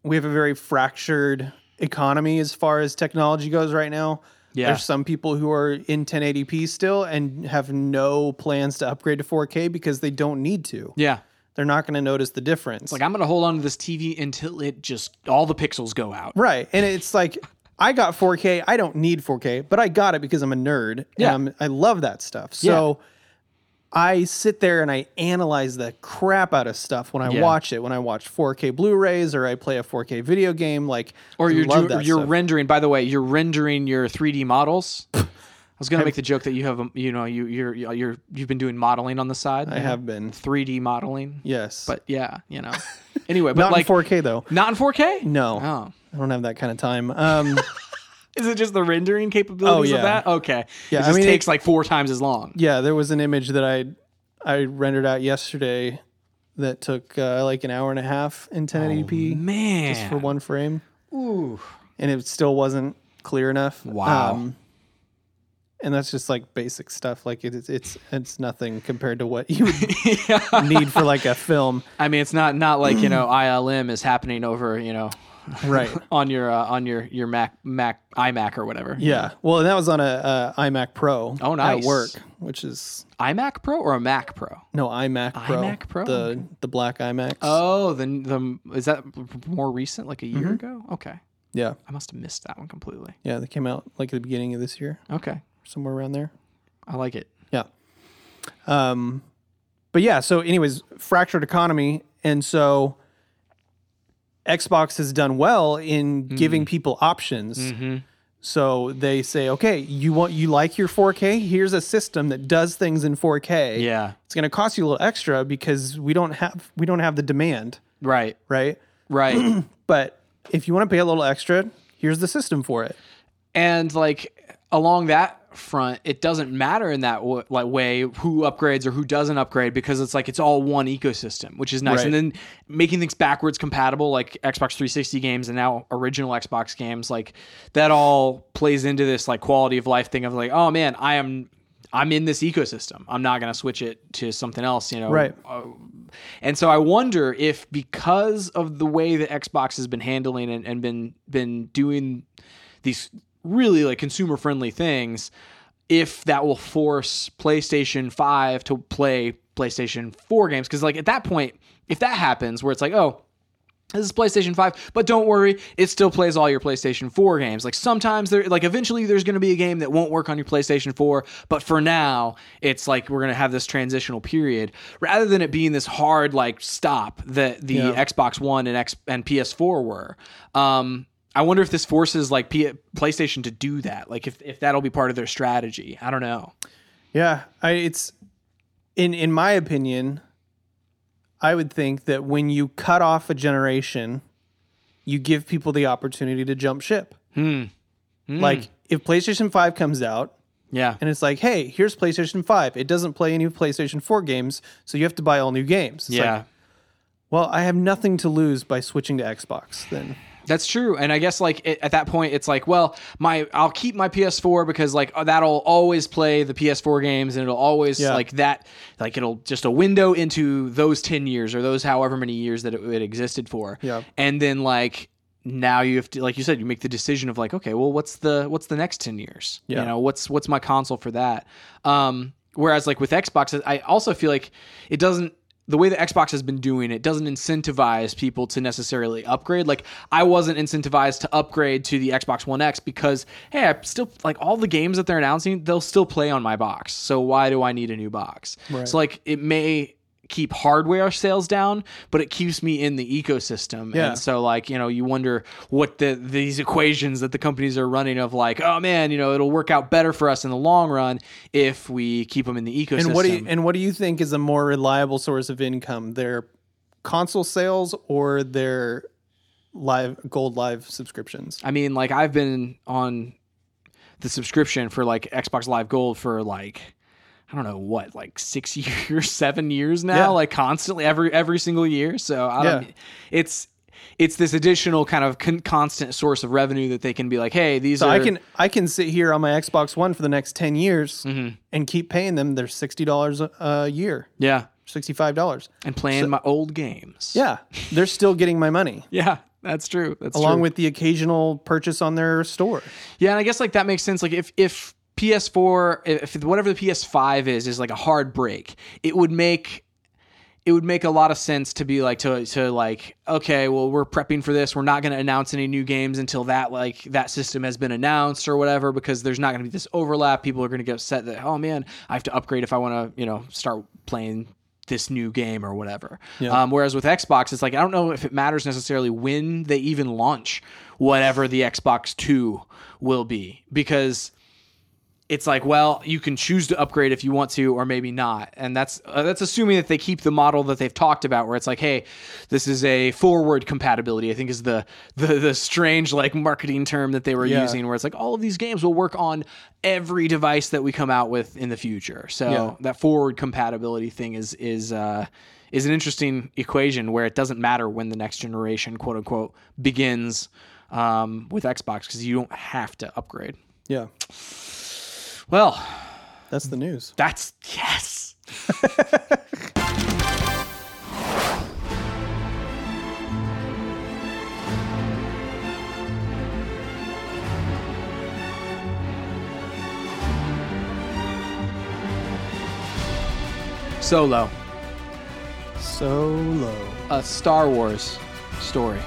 Speaker 3: we have a very fractured economy as far as technology goes right now.
Speaker 1: Yeah.
Speaker 3: There's some people who are in 1080p still and have no plans to upgrade to 4K because they don't need to.
Speaker 1: yeah,
Speaker 3: They're not going to notice the difference.
Speaker 1: like I'm gonna hold on to this TV until it just all the pixels go out.
Speaker 3: right. And it's like I got 4K. I don't need 4K, but I got it because I'm a nerd
Speaker 1: Yeah.
Speaker 3: and I'm, I love that stuff. So I sit there and I analyze the crap out of stuff when I
Speaker 1: Yeah.
Speaker 3: watch it. When I watch 4K Blu-rays or I play a 4K video game, like
Speaker 1: Or
Speaker 3: I
Speaker 1: you're
Speaker 3: love
Speaker 1: do,
Speaker 3: that
Speaker 1: you're
Speaker 3: stuff.
Speaker 1: rendering. By the way, you're rendering your 3D models. I was gonna make the joke that you have, um, you know, you you're you're you've been doing modeling on the side.
Speaker 3: I have been
Speaker 1: 3D modeling.
Speaker 3: yes,
Speaker 1: But yeah, you know. Anyway, but
Speaker 3: not
Speaker 1: like
Speaker 3: in 4K though.
Speaker 1: not in 4K.
Speaker 3: No,
Speaker 1: Oh.
Speaker 3: I don't have that kind of time. Um,
Speaker 1: Is it just the rendering capabilities
Speaker 3: Oh,
Speaker 1: of
Speaker 3: yeah.
Speaker 1: that? Okay.
Speaker 3: Yeah,
Speaker 1: it
Speaker 3: I
Speaker 1: just
Speaker 3: mean,
Speaker 1: takes like four times as long.
Speaker 3: yeah, there was an image that I I rendered out yesterday that took uh, like an hour and a half in
Speaker 1: Oh,
Speaker 3: 1080p.
Speaker 1: Man.
Speaker 3: for one frame. Ooh. And it still wasn't clear enough. Um,
Speaker 1: Wow.
Speaker 3: and that's just like basic stuff. Like it, it's it's nothing compared to what you would need for like a film,
Speaker 1: I mean, it's not not like, you know, ILM is happening over, you know,
Speaker 3: right?
Speaker 1: on your uh, on your your Mac Mac iMac or whatever.
Speaker 3: Yeah. Well, and that was on a, a iMac Pro.
Speaker 1: Oh, nice.
Speaker 3: At work, which is
Speaker 1: iMac Pro or a Mac Pro?
Speaker 3: no iMac Pro.
Speaker 1: iMac Pro?
Speaker 3: The the black iMac.
Speaker 1: Oh, the the is that more recent like a year
Speaker 3: Mm-hmm.
Speaker 1: ago? Okay.
Speaker 3: yeah,
Speaker 1: I must have missed that one completely.
Speaker 3: yeah. They came out like at the beginning of this year,
Speaker 1: Okay.
Speaker 3: somewhere around there.
Speaker 1: I like it.
Speaker 3: Yeah. Um, but yeah, so anyways, fractured economy, and so Xbox has done well in giving people options. So they say, okay, you want you like your 4K? Here's a system that does things in 4K.
Speaker 1: Yeah.
Speaker 3: It's going to cost you a little extra because we don't have we don't have the demand,
Speaker 1: Right.
Speaker 3: right?
Speaker 1: Right.
Speaker 3: But if you want to pay a little extra, here's the system for it.
Speaker 1: and like along that front it doesn't matter in that w- like way who upgrades or who doesn't upgrade because it's like it's all one ecosystem which is nice
Speaker 3: Right.
Speaker 1: and then making things backwards compatible like Xbox 360 games and now original Xbox games like that all plays into this like quality of life thing of like oh man I am I'm in this ecosystem. I'm not going to switch it to something else, you know.
Speaker 3: Right.
Speaker 1: Uh, and so I wonder if because of the way that Xbox has been handling and, and been been doing these really like consumer friendly things, if that will force PlayStation 5 to play PlayStation 4 games cuz like at that point if that happens where it's like, "Oh, this is PlayStation 5, but don't worry, it still plays all your PlayStation 4 games. Like sometimes there like eventually there's going to be a game that won't work on your PlayStation 4, but for now, it's like we're going to have this transitional period rather than it being this hard like stop that the Xbox 1 and X and PS4 were. Um I wonder if this forces like P- PlayStation to do that. Like if, if that'll be part of their strategy. I don't know.
Speaker 3: Yeah, I, it's in in my opinion, I would think that when you cut off a generation, you give people the opportunity to jump ship. Like if PlayStation Five comes out
Speaker 1: Yeah.
Speaker 3: and it's like, hey, here's PlayStation Five. It doesn't play any PlayStation Four games, so you have to buy all new games. It's
Speaker 1: yeah.
Speaker 3: Like, well, I have nothing to lose by switching to Xbox. Then
Speaker 1: That's true, and I guess like it, at that point, it's like, well, my I'll keep my PS4 because like oh, that'll always play the PS4 games, and it'll always
Speaker 3: Yeah.
Speaker 1: like that, like it'll just a window into those ten years or those however many years that it, it existed for.
Speaker 3: Yeah.
Speaker 1: and then like now you have to, like you said, you make the decision of like, okay, well, what's the what's the next ten years?
Speaker 3: Yeah.
Speaker 1: You know, what's what's my console for that? Um, whereas like with Xbox, I also feel like it doesn't the way that Xbox has been doing it doesn't incentivize people to necessarily upgrade. Like I wasn't incentivized to upgrade to the Xbox One X because hey, I still like all the games that they're announcing, they'll still play on my box. So why do I need a new box? So like it may keep hardware sales down, but it keeps me in the ecosystem.
Speaker 3: Yeah.
Speaker 1: And so like, you know, you wonder what the these equations that the companies are running of like, oh man, you know, it'll work out better for us in the long run if we keep them in the ecosystem.
Speaker 3: and what do you and what do you think is a more reliable source of income? Their console sales or their live gold live subscriptions?
Speaker 1: I mean, like I've been on the subscription for like Xbox Live Gold for like I don't know what, like six years, seven years now,
Speaker 3: Yeah.
Speaker 1: like constantly every every single year. So I don't.
Speaker 3: Yeah.
Speaker 1: It's it's this additional kind of con- constant source of revenue that they can be like, hey, these
Speaker 3: So
Speaker 1: are
Speaker 3: I can I can sit here on my Xbox One for the next ten years and keep paying them their sixty dollars a year,
Speaker 1: yeah,
Speaker 3: sixty five dollars.
Speaker 1: and playing my old games.
Speaker 3: Yeah, they're still getting my money
Speaker 1: yeah, that's true. That's
Speaker 3: along
Speaker 1: true.
Speaker 3: with the occasional purchase on their store.
Speaker 1: Yeah, and I guess like that makes sense. Like if if PS4, if whatever the PS5 is, is like a hard break, it would make it would make a lot of sense to be like to to like okay, well we're prepping for this. We're not going to announce any new games until that like that system has been announced or whatever because there's not going to be this overlap. People are going to get upset that oh man, I have to upgrade if I want to you know start playing this new game or whatever. Um, whereas with Xbox, it's like I don't know if it matters necessarily when they even launch whatever the Xbox Two will be because it's like well you can choose to upgrade if you want to or maybe not and that's uh, that's assuming that they keep the model that they've talked about where it's like hey this is a forward compatibility i think is the the, the strange like marketing term that they were
Speaker 3: Yeah.
Speaker 1: using where it's like all of these games will work on every device that we come out with in the future so
Speaker 3: Yeah.
Speaker 1: that forward compatibility thing is is uh is an interesting equation where it doesn't matter when the next generation quote unquote begins um, with xbox because you don't have to upgrade
Speaker 3: Yeah,
Speaker 1: well
Speaker 3: that's the news.
Speaker 1: that's yes. Solo,
Speaker 3: So low.
Speaker 1: a Star Wars story.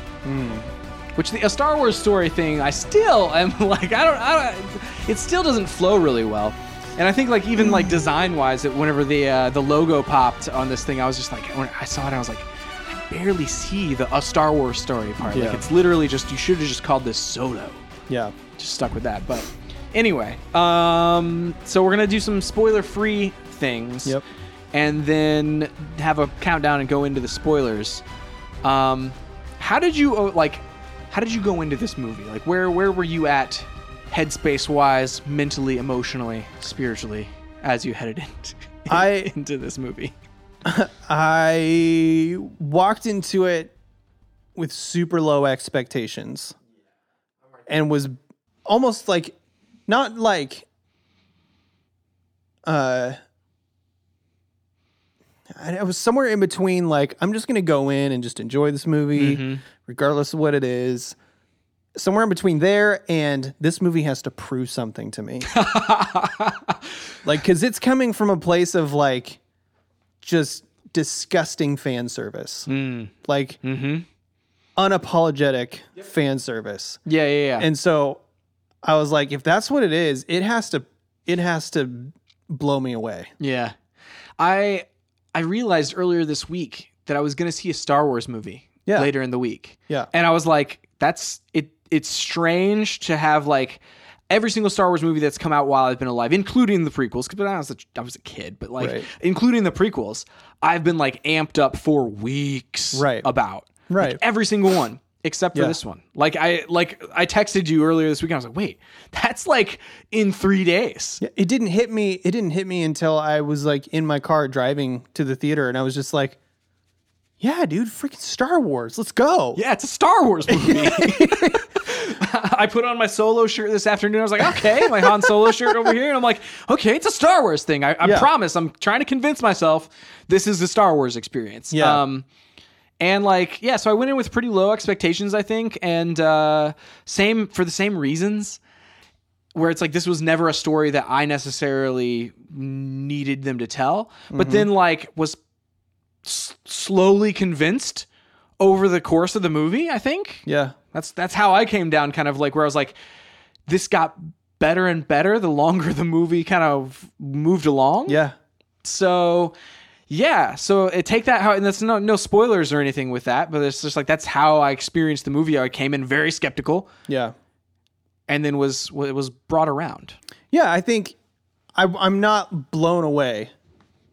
Speaker 1: Which the, a Star Wars story thing, I still am like, I don't, I don't, it still doesn't flow really well. And I think like even
Speaker 3: Mm.
Speaker 1: like design wise, that whenever the uh, the logo popped on this thing, I was just like, when I saw it, I was like, I barely see the a Star Wars story part.
Speaker 3: Yeah.
Speaker 1: Like it's literally just you should have just called this Solo.
Speaker 3: Yeah,
Speaker 1: Just stuck with that. But anyway, um, so we're gonna do some spoiler free things.
Speaker 3: Yep.
Speaker 1: And then have a countdown and go into the spoilers. Um, how did you oh, like? How did you go into this movie? Like, where where were you at, headspace wise, mentally, emotionally, spiritually, as you headed into
Speaker 3: I-
Speaker 1: into this movie?
Speaker 3: I walked into it with super low expectations and was almost like not like uh, I I was somewhere in between. Like, I'm just gonna go in and just enjoy this movie, regardless of what it is. Somewhere in between there and this movie has to prove something to me, like, because it's coming from a place of like just disgusting fan service, like unapologetic fan service.
Speaker 1: Yeah, yeah, yeah.
Speaker 3: And so I was like, if that's what it is, it has to it has to blow me away.
Speaker 1: yeah. I I realized earlier this week that I was going to see a Star Wars movie
Speaker 3: Yeah.
Speaker 1: later in the week.
Speaker 3: Yeah.
Speaker 1: And I was like, that's it it's strange to have like every single Star Wars movie that's come out while I've been alive, including the prequels, because I was a, I was a kid, but like
Speaker 3: Right.
Speaker 1: including the prequels, I've been like amped up for weeks
Speaker 3: Right.
Speaker 1: about.
Speaker 3: Right.
Speaker 1: Like, every single one. Except for
Speaker 3: Yeah.
Speaker 1: this one. Like I like I texted you earlier this week and I was like, wait, that's like in three days.
Speaker 3: Yeah, It didn't hit me it didn't hit me until I was like in my car driving to the theater and I was just like, Yeah, dude, freaking Star Wars. Let's go.
Speaker 1: Yeah, it's a Star Wars movie. I put on my solo shirt this afternoon. I was like, okay, my Han Solo shirt over here. And I'm like, okay, it's a Star Wars thing. I, I
Speaker 3: Yeah.
Speaker 1: promise. I'm trying to convince myself this is the Star Wars experience.
Speaker 3: Yeah.
Speaker 1: Um, and like, yeah, so I went in with pretty low expectations, I think. And uh, same for the same reasons where it's like this was never a story that I necessarily needed them to tell, but then like was s- slowly convinced over the course of the movie. I think
Speaker 3: Yeah.
Speaker 1: that's that's how I came down, kind of like where I was like, this got better and better the longer the movie kind of moved along.
Speaker 3: Yeah.
Speaker 1: So yeah, so it, take that how and that's no no spoilers or anything with that, but it's just like that's how I experienced the movie. I came in very skeptical
Speaker 3: Yeah.
Speaker 1: and then was was brought around.
Speaker 3: Yeah, I think I, I'm not blown away,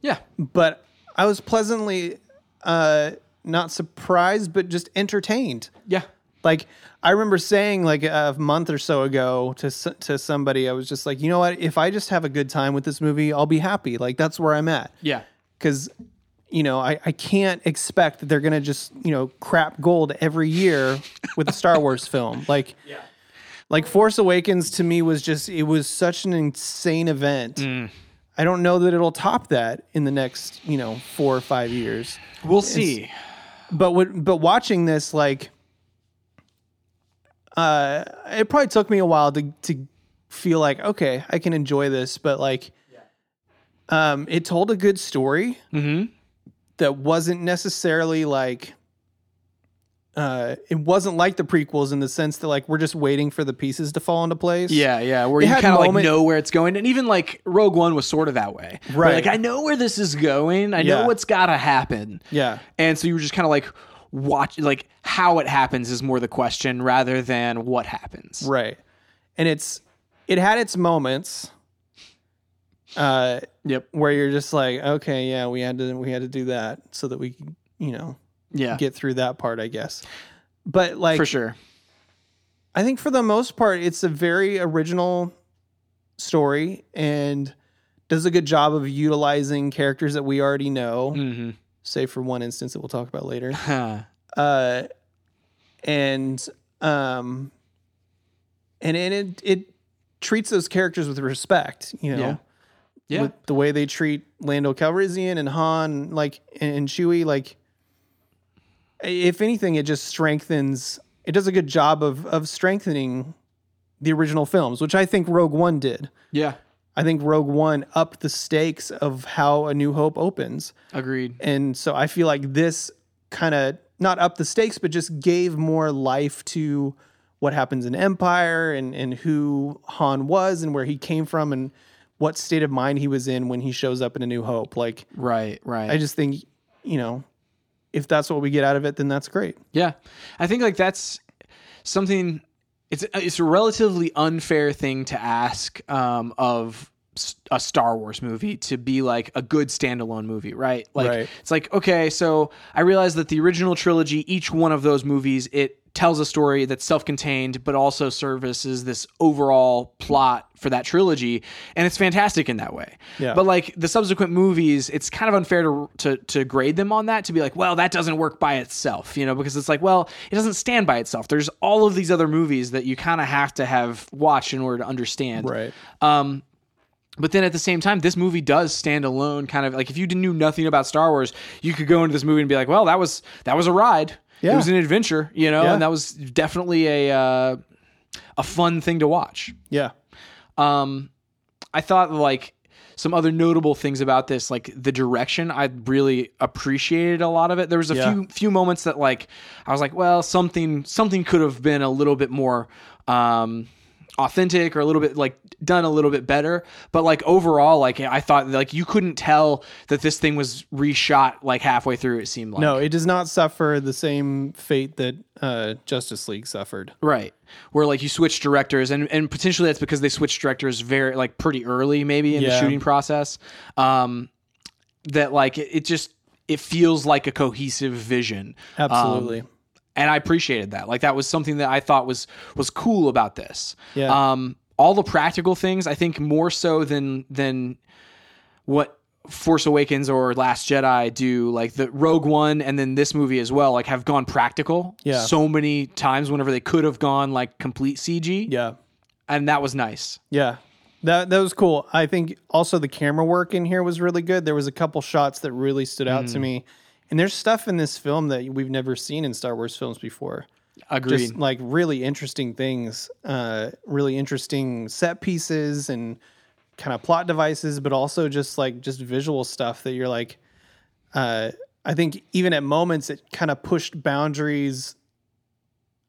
Speaker 1: Yeah.
Speaker 3: but I was pleasantly uh, not surprised, but just entertained.
Speaker 1: Yeah.
Speaker 3: Like I remember saying like a month or so ago to s- to somebody, I was just like, you know what? If I just have a good time with this movie, I'll be happy. Like that's where I'm at.
Speaker 1: Yeah.
Speaker 3: Because you know I, I can't expect that they're gonna just you know crap gold every year with a Star Wars film. Like like Force Awakens to me was just it was such an insane event. I don't know that it'll top that in the next you know four or five years
Speaker 1: We'll see.
Speaker 3: but what but watching this like uh it probably took me a while to to feel like okay i can enjoy this but like um it told a good story that wasn't necessarily like uh it wasn't like the prequels in the sense that like we're just waiting for the pieces to fall into place
Speaker 1: Yeah, yeah, where
Speaker 3: It
Speaker 1: you
Speaker 3: had
Speaker 1: kind of like
Speaker 3: moment-
Speaker 1: know where it's going, and even like Rogue One was sort of that way. Where,
Speaker 3: Right.
Speaker 1: like I know where this is going. I
Speaker 3: Yeah.
Speaker 1: know what's got to happen.
Speaker 3: yeah
Speaker 1: and so you were just kind of like watch, like how it happens is more the question rather than what happens.
Speaker 3: right and it's it had its moments uh
Speaker 1: Yep.
Speaker 3: where you're just like, okay, yeah, we had to we had to do that so that we could, you know,
Speaker 1: Yeah.
Speaker 3: get through that part, I guess. But like
Speaker 1: for sure.
Speaker 3: I think for the most part it's a very original story and does a good job of utilizing characters that we already know,
Speaker 1: Mm-hmm.
Speaker 3: save for one instance that we'll talk about later. Uh and um and, and it it treats those characters with respect, you know
Speaker 1: Yeah. yeah.
Speaker 3: with the way they treat Lando Calrissian and Han, like and, and Chewie, like if anything, it just strengthens. It does a good job of of strengthening the original films, which I think Rogue One did.
Speaker 1: yeah.
Speaker 3: I think Rogue One upped the stakes of how A New Hope opens,
Speaker 1: Agreed.
Speaker 3: and so I feel like this kind of not up the stakes, but just gave more life to what happens in Empire and and who Han was and where he came from and what state of mind he was in when he shows up in A New Hope. Like
Speaker 1: Right. Right.
Speaker 3: I just think, you know, if that's what we get out of it, then that's great.
Speaker 1: Yeah, I think like that's something. It's it's a relatively unfair thing to ask um, of s- a Star Wars movie to be like a good standalone movie, right? Like
Speaker 3: Right.
Speaker 1: it's like okay, so I realize that the original trilogy, each one of those movies, it tells a story that's self-contained but also services this overall plot for that trilogy and it's fantastic in that way
Speaker 3: Yeah.
Speaker 1: but like the subsequent movies it's kind of unfair to, to to grade them on that to be like well that doesn't work by itself you know because it's like well it doesn't stand by itself there's all of these other movies that you kind of have to have watched in order to understand But then at the same time, this movie does stand alone. Kind of like if you knew nothing about Star Wars, you could go into this movie and be like, "Well, that was that was a ride. It
Speaker 3: Yeah.
Speaker 1: was an adventure, you know,
Speaker 3: Yeah.
Speaker 1: and that was definitely a uh, a fun thing to watch."
Speaker 3: Yeah.
Speaker 1: Um, I thought like some other notable things about this, like the direction, I really appreciated a lot of it. There was a
Speaker 3: Yeah.
Speaker 1: few few moments that like I was like, well, something something could have been a little bit more um, authentic or a little bit like done a little bit better. But like overall, like I thought like you couldn't tell that this thing was reshot like halfway through. It seemed like
Speaker 3: No, it does not suffer the same fate that uh, Justice League suffered.
Speaker 1: Right. Where like you switch directors and, and potentially that's because they switched directors very like pretty early maybe in the
Speaker 3: Yeah.
Speaker 1: shooting process. Um that like it, it just it feels like a cohesive vision. Um,
Speaker 3: Absolutely.
Speaker 1: and I appreciated that. Like that was something that I thought was was cool about this.
Speaker 3: Yeah.
Speaker 1: Um all the practical things I think more so than than what Force Awakens or Last Jedi do, like the Rogue One and then this movie as well, like have gone practical
Speaker 3: Yeah.
Speaker 1: so many times whenever they could have gone like complete CG.
Speaker 3: yeah.
Speaker 1: And that was nice.
Speaker 3: Yeah. That that was cool. I think also the camera work in here was really good. There was a couple shots that really stood out to me. And there's stuff in this film that we've never seen in Star Wars films before.
Speaker 1: Agreed.
Speaker 3: Just like really interesting things, uh, really interesting set pieces and kind of plot devices, but also just like just visual stuff that you're like, uh, I think even at moments it kind of pushed boundaries.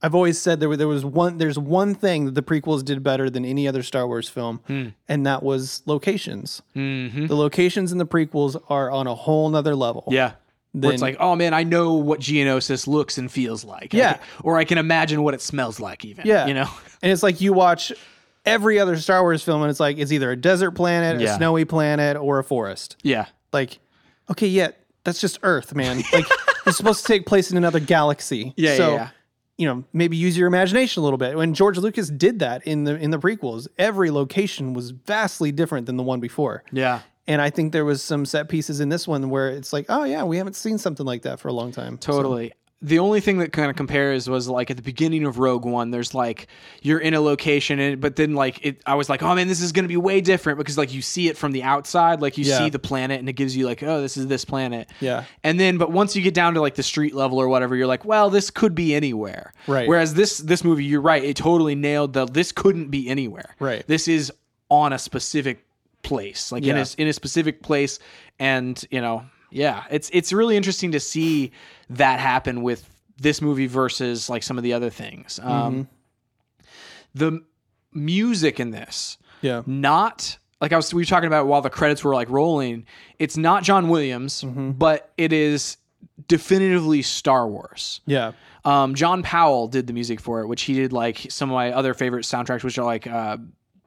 Speaker 3: I've always said there were, there was one there's one thing that the prequels did better than any other Star Wars film, and that was locations.
Speaker 1: hmm
Speaker 3: The locations in the prequels are on a whole nother level.
Speaker 1: Yeah. Where it's
Speaker 3: Then-
Speaker 1: like, oh man, I know what Geonosis looks and feels like. I
Speaker 3: Yeah.
Speaker 1: can- or I can imagine what it smells like, even.
Speaker 3: Yeah.
Speaker 1: You know?
Speaker 3: And it's like you watch every other Star Wars film, and it's like it's either a desert planet,
Speaker 1: Yeah.
Speaker 3: a snowy planet, or a forest.
Speaker 1: Yeah.
Speaker 3: Like, okay, yeah, that's just Earth, man. Like, it's supposed to take place in another galaxy.
Speaker 1: Yeah,
Speaker 3: So,
Speaker 1: yeah, yeah.
Speaker 3: you know, maybe use your imagination a little bit. When George Lucas did that in the in the prequels, every location was vastly different than the one before.
Speaker 1: Yeah.
Speaker 3: And I think there was some set pieces in this one where it's like, oh yeah, we haven't seen something like that for a long time. So-
Speaker 1: Totally. The only thing that kind of compares was like at the beginning of Rogue One, there's like you're in a location, and, but then like it, I was like, oh man, this is going to be way different because like you see it from the outside, like you
Speaker 3: Yeah.
Speaker 1: see the planet, and it gives you like, oh, this is this planet.
Speaker 3: Yeah.
Speaker 1: And then, but once you get down to like the street level or whatever, you're like, well, this could be anywhere.
Speaker 3: Right.
Speaker 1: Whereas this this movie, you're right, it totally nailed the this couldn't be anywhere.
Speaker 3: Right.
Speaker 1: This is on a specific place, like in
Speaker 3: Yeah.
Speaker 1: a in a specific place, and you know, yeah, it's it's really interesting to see that happen with this movie versus like some of the other things.
Speaker 3: Mm-hmm.
Speaker 1: Um, The m- music in this,
Speaker 3: yeah,
Speaker 1: not like I was we were talking about while the credits were like rolling. It's not John Williams, but it is definitively Star Wars.
Speaker 3: yeah,
Speaker 1: Um, John Powell did the music for it, which he did like some of my other favorite soundtracks, which are like uh,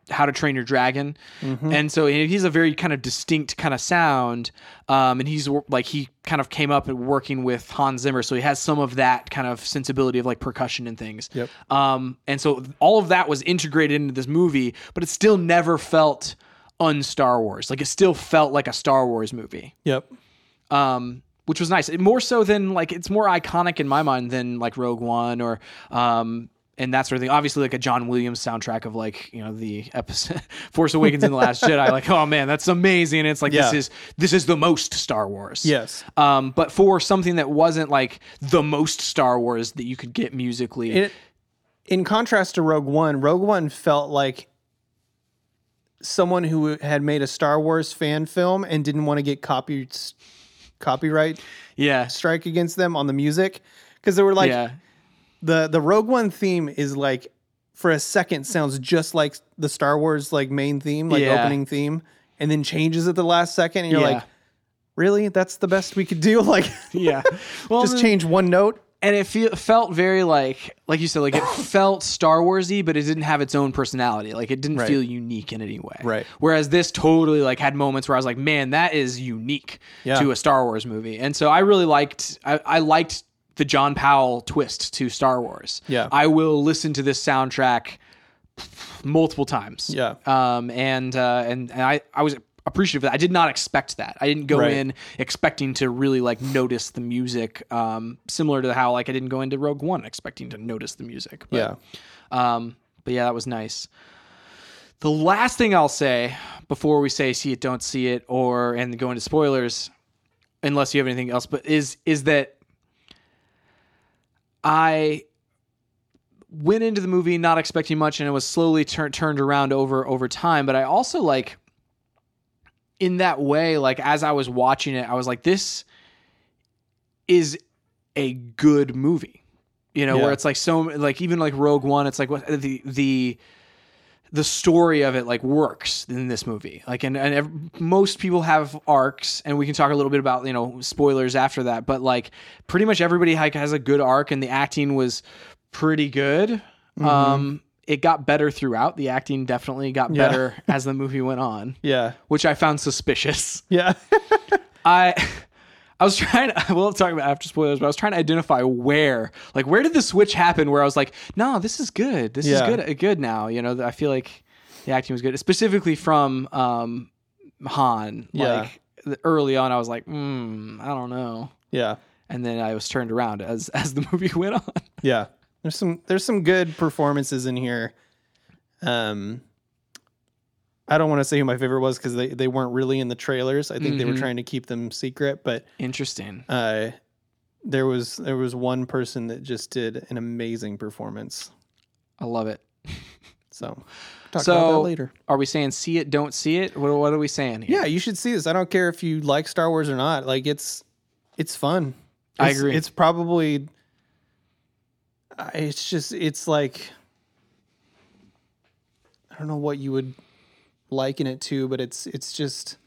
Speaker 1: How to Train Your Dragon, and so he has a very kind of distinct kind of sound, um, and he's wor- like he kind of came up and working with Hans Zimmer, so he has some of that kind of sensibility of like percussion and things.
Speaker 3: Yep.
Speaker 1: Um, and so all of that was integrated into this movie, but it still never felt un Star Wars. Like it still felt like a Star Wars movie
Speaker 3: yep,
Speaker 1: um, which was nice. It- More so than like it's more iconic in my mind than like Rogue One or um, and that sort of thing. Obviously, like a John Williams soundtrack of like you know the episode Force Awakens and the Last Jedi. Like oh man, that's amazing. It's like this
Speaker 3: Yeah.
Speaker 1: is this is the most Star Wars.
Speaker 3: yes.
Speaker 1: Um, but for something that wasn't like the most Star Wars that you could get musically,
Speaker 3: it, in contrast to Rogue One, Rogue One felt like someone who had made a Star Wars fan film and didn't want to get copy, copyright
Speaker 1: yeah,
Speaker 3: strike against them on the music because they were like
Speaker 1: yeah,
Speaker 3: the the Rogue One theme is like for a second sounds just like the Star Wars like main theme, like
Speaker 1: Yeah.
Speaker 3: opening theme, and then changes at the last second, and you're
Speaker 1: Yeah.
Speaker 3: like, really? That's the best we could do? Like,
Speaker 1: yeah. Well,
Speaker 3: just
Speaker 1: the-
Speaker 3: change one note.
Speaker 1: and it feel, felt very like like you said like it felt star warsy but it didn't have its own personality like it didn't feel unique in any way
Speaker 3: Right.
Speaker 1: whereas this totally like had moments where i was like man that is unique
Speaker 3: Yeah.
Speaker 1: to a star wars movie and so i really liked i, I liked the john powell twist to star wars
Speaker 3: Yeah.
Speaker 1: i will listen to this soundtrack multiple times
Speaker 3: Yeah.
Speaker 1: um and uh and, and i i was appreciative of that i did not expect that i didn't go
Speaker 3: Right.
Speaker 1: in expecting to really like notice the music um similar to how like i didn't go into rogue one expecting to notice the music but,
Speaker 3: Yeah.
Speaker 1: um but yeah that was nice The last thing I'll say before we say see it, don't see it, or and go into spoilers, unless you have anything else, but is is that I went into the movie not expecting much, and it was slowly tur- turned around over over time. But I also like in that way, like as I was watching it, I was like, this is a good movie. You know, where
Speaker 3: Yeah.
Speaker 1: it's like so like even like Rogue One, it's like what the the the story of it like works in this movie. Like and and ev- most people have arcs and we can talk a little bit about, you know, spoilers after that, but like pretty much everybody like has a good arc and the acting was pretty good.
Speaker 3: Mm-hmm.
Speaker 1: Um it got better throughout. The acting definitely got
Speaker 3: Yeah.
Speaker 1: better as the movie went on
Speaker 3: Yeah.
Speaker 1: which I found suspicious.
Speaker 3: Yeah.
Speaker 1: I I was trying to we'll talk about after spoilers, but I was trying to identify where. Like where did the switch happen where I was like, no, this is good. This
Speaker 3: Yeah.
Speaker 1: is good uh, good now. You know, I feel like the acting was good. Specifically from um Han.
Speaker 3: Yeah.
Speaker 1: Like the- early on I was like, hmm, I don't know.
Speaker 3: yeah.
Speaker 1: And then I was turned around as as the movie went on.
Speaker 3: Yeah. There's some there's some good performances in here. Um I don't want to say who my favorite was because they, they weren't really in the trailers. I think they were
Speaker 1: Mhm.
Speaker 3: trying to keep them secret, but
Speaker 1: Interesting.
Speaker 3: uh there was there was one person that just did an amazing performance.
Speaker 1: I love it.
Speaker 3: So talk about that
Speaker 1: So-
Speaker 3: later.
Speaker 1: Are we saying see it, don't see it? What, what are we saying here?
Speaker 3: Yeah, you should see this. I don't care if you like Star Wars or not. Like it's it's fun.
Speaker 1: I
Speaker 3: It's-
Speaker 1: agree.
Speaker 3: It's probably I- it's just it's like I don't know what you would liken it to, but it's it's just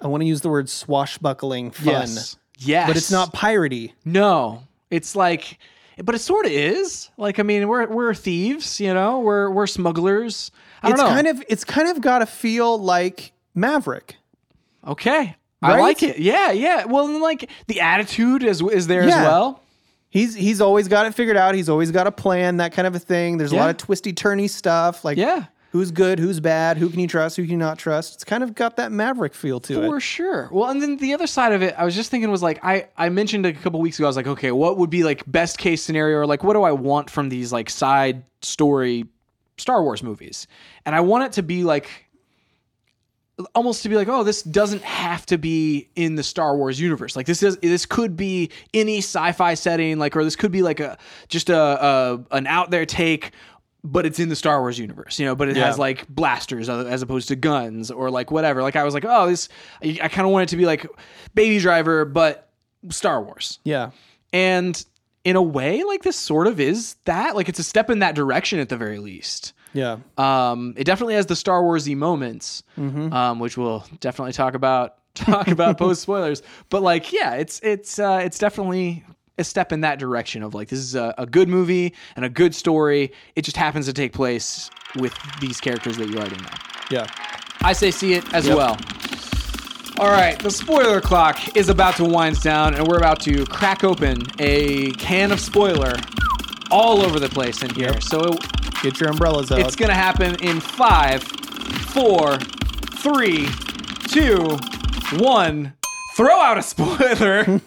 Speaker 3: I want to use the word swashbuckling fun.
Speaker 1: Yes. Yes.
Speaker 3: But it's not piratey.
Speaker 1: No, it's like, but it sort of is. Like, I mean, we're we're thieves, you know. We're we're smugglers. I don't
Speaker 3: It's
Speaker 1: know.
Speaker 3: kind of it's kind of got to feel like Maverick.
Speaker 1: okay. I
Speaker 3: Right?
Speaker 1: like it. Yeah, yeah. Well, and like the attitude is is there as
Speaker 3: Yeah.
Speaker 1: well.
Speaker 3: He's he's always got it figured out. He's always got a plan, that kind of a thing. There's a
Speaker 1: Yeah.
Speaker 3: lot of twisty turny stuff. Like
Speaker 1: Yeah,
Speaker 3: who's good, who's bad, who can you trust, who can you not trust. It's kind of got that Maverick feel to
Speaker 1: for
Speaker 3: it.
Speaker 1: sure. Well, and then the other side of it, I was just thinking was like I I mentioned a couple weeks ago. I was like, okay, what would be like best case scenario, or like what do I want from these like side story Star Wars movies? And I want it to be like almost to be like, oh, this doesn't have to be in the Star Wars universe. Like this is this could be any sci-fi setting, like or this could be like a just a, a an out there take, but it's in the Star Wars universe, you know. But it has like blasters as as opposed to guns or like whatever. Like I was like, oh, this I, I kind of want it to be like Baby Driver, but Star Wars.
Speaker 3: Yeah.
Speaker 1: And in a way, like this sort of is that. Like it's a step in that direction at the very least.
Speaker 3: Yeah.
Speaker 1: Um, it definitely has the Star Warsy moments, um, which we'll definitely talk about talk about post spoilers. But like, yeah, it's it's uh, it's definitely a step in that direction of like this is a, a good movie and a good story. It just happens to take place with these characters that you already know.
Speaker 3: Yeah.
Speaker 1: I say see it as well. All right, the spoiler clock is about to wind down, and we're about to crack open a can of spoiler all over the place in here. So
Speaker 3: Get your umbrellas out.
Speaker 1: it's gonna happen in five, four, three, two, one. Throw out a spoiler.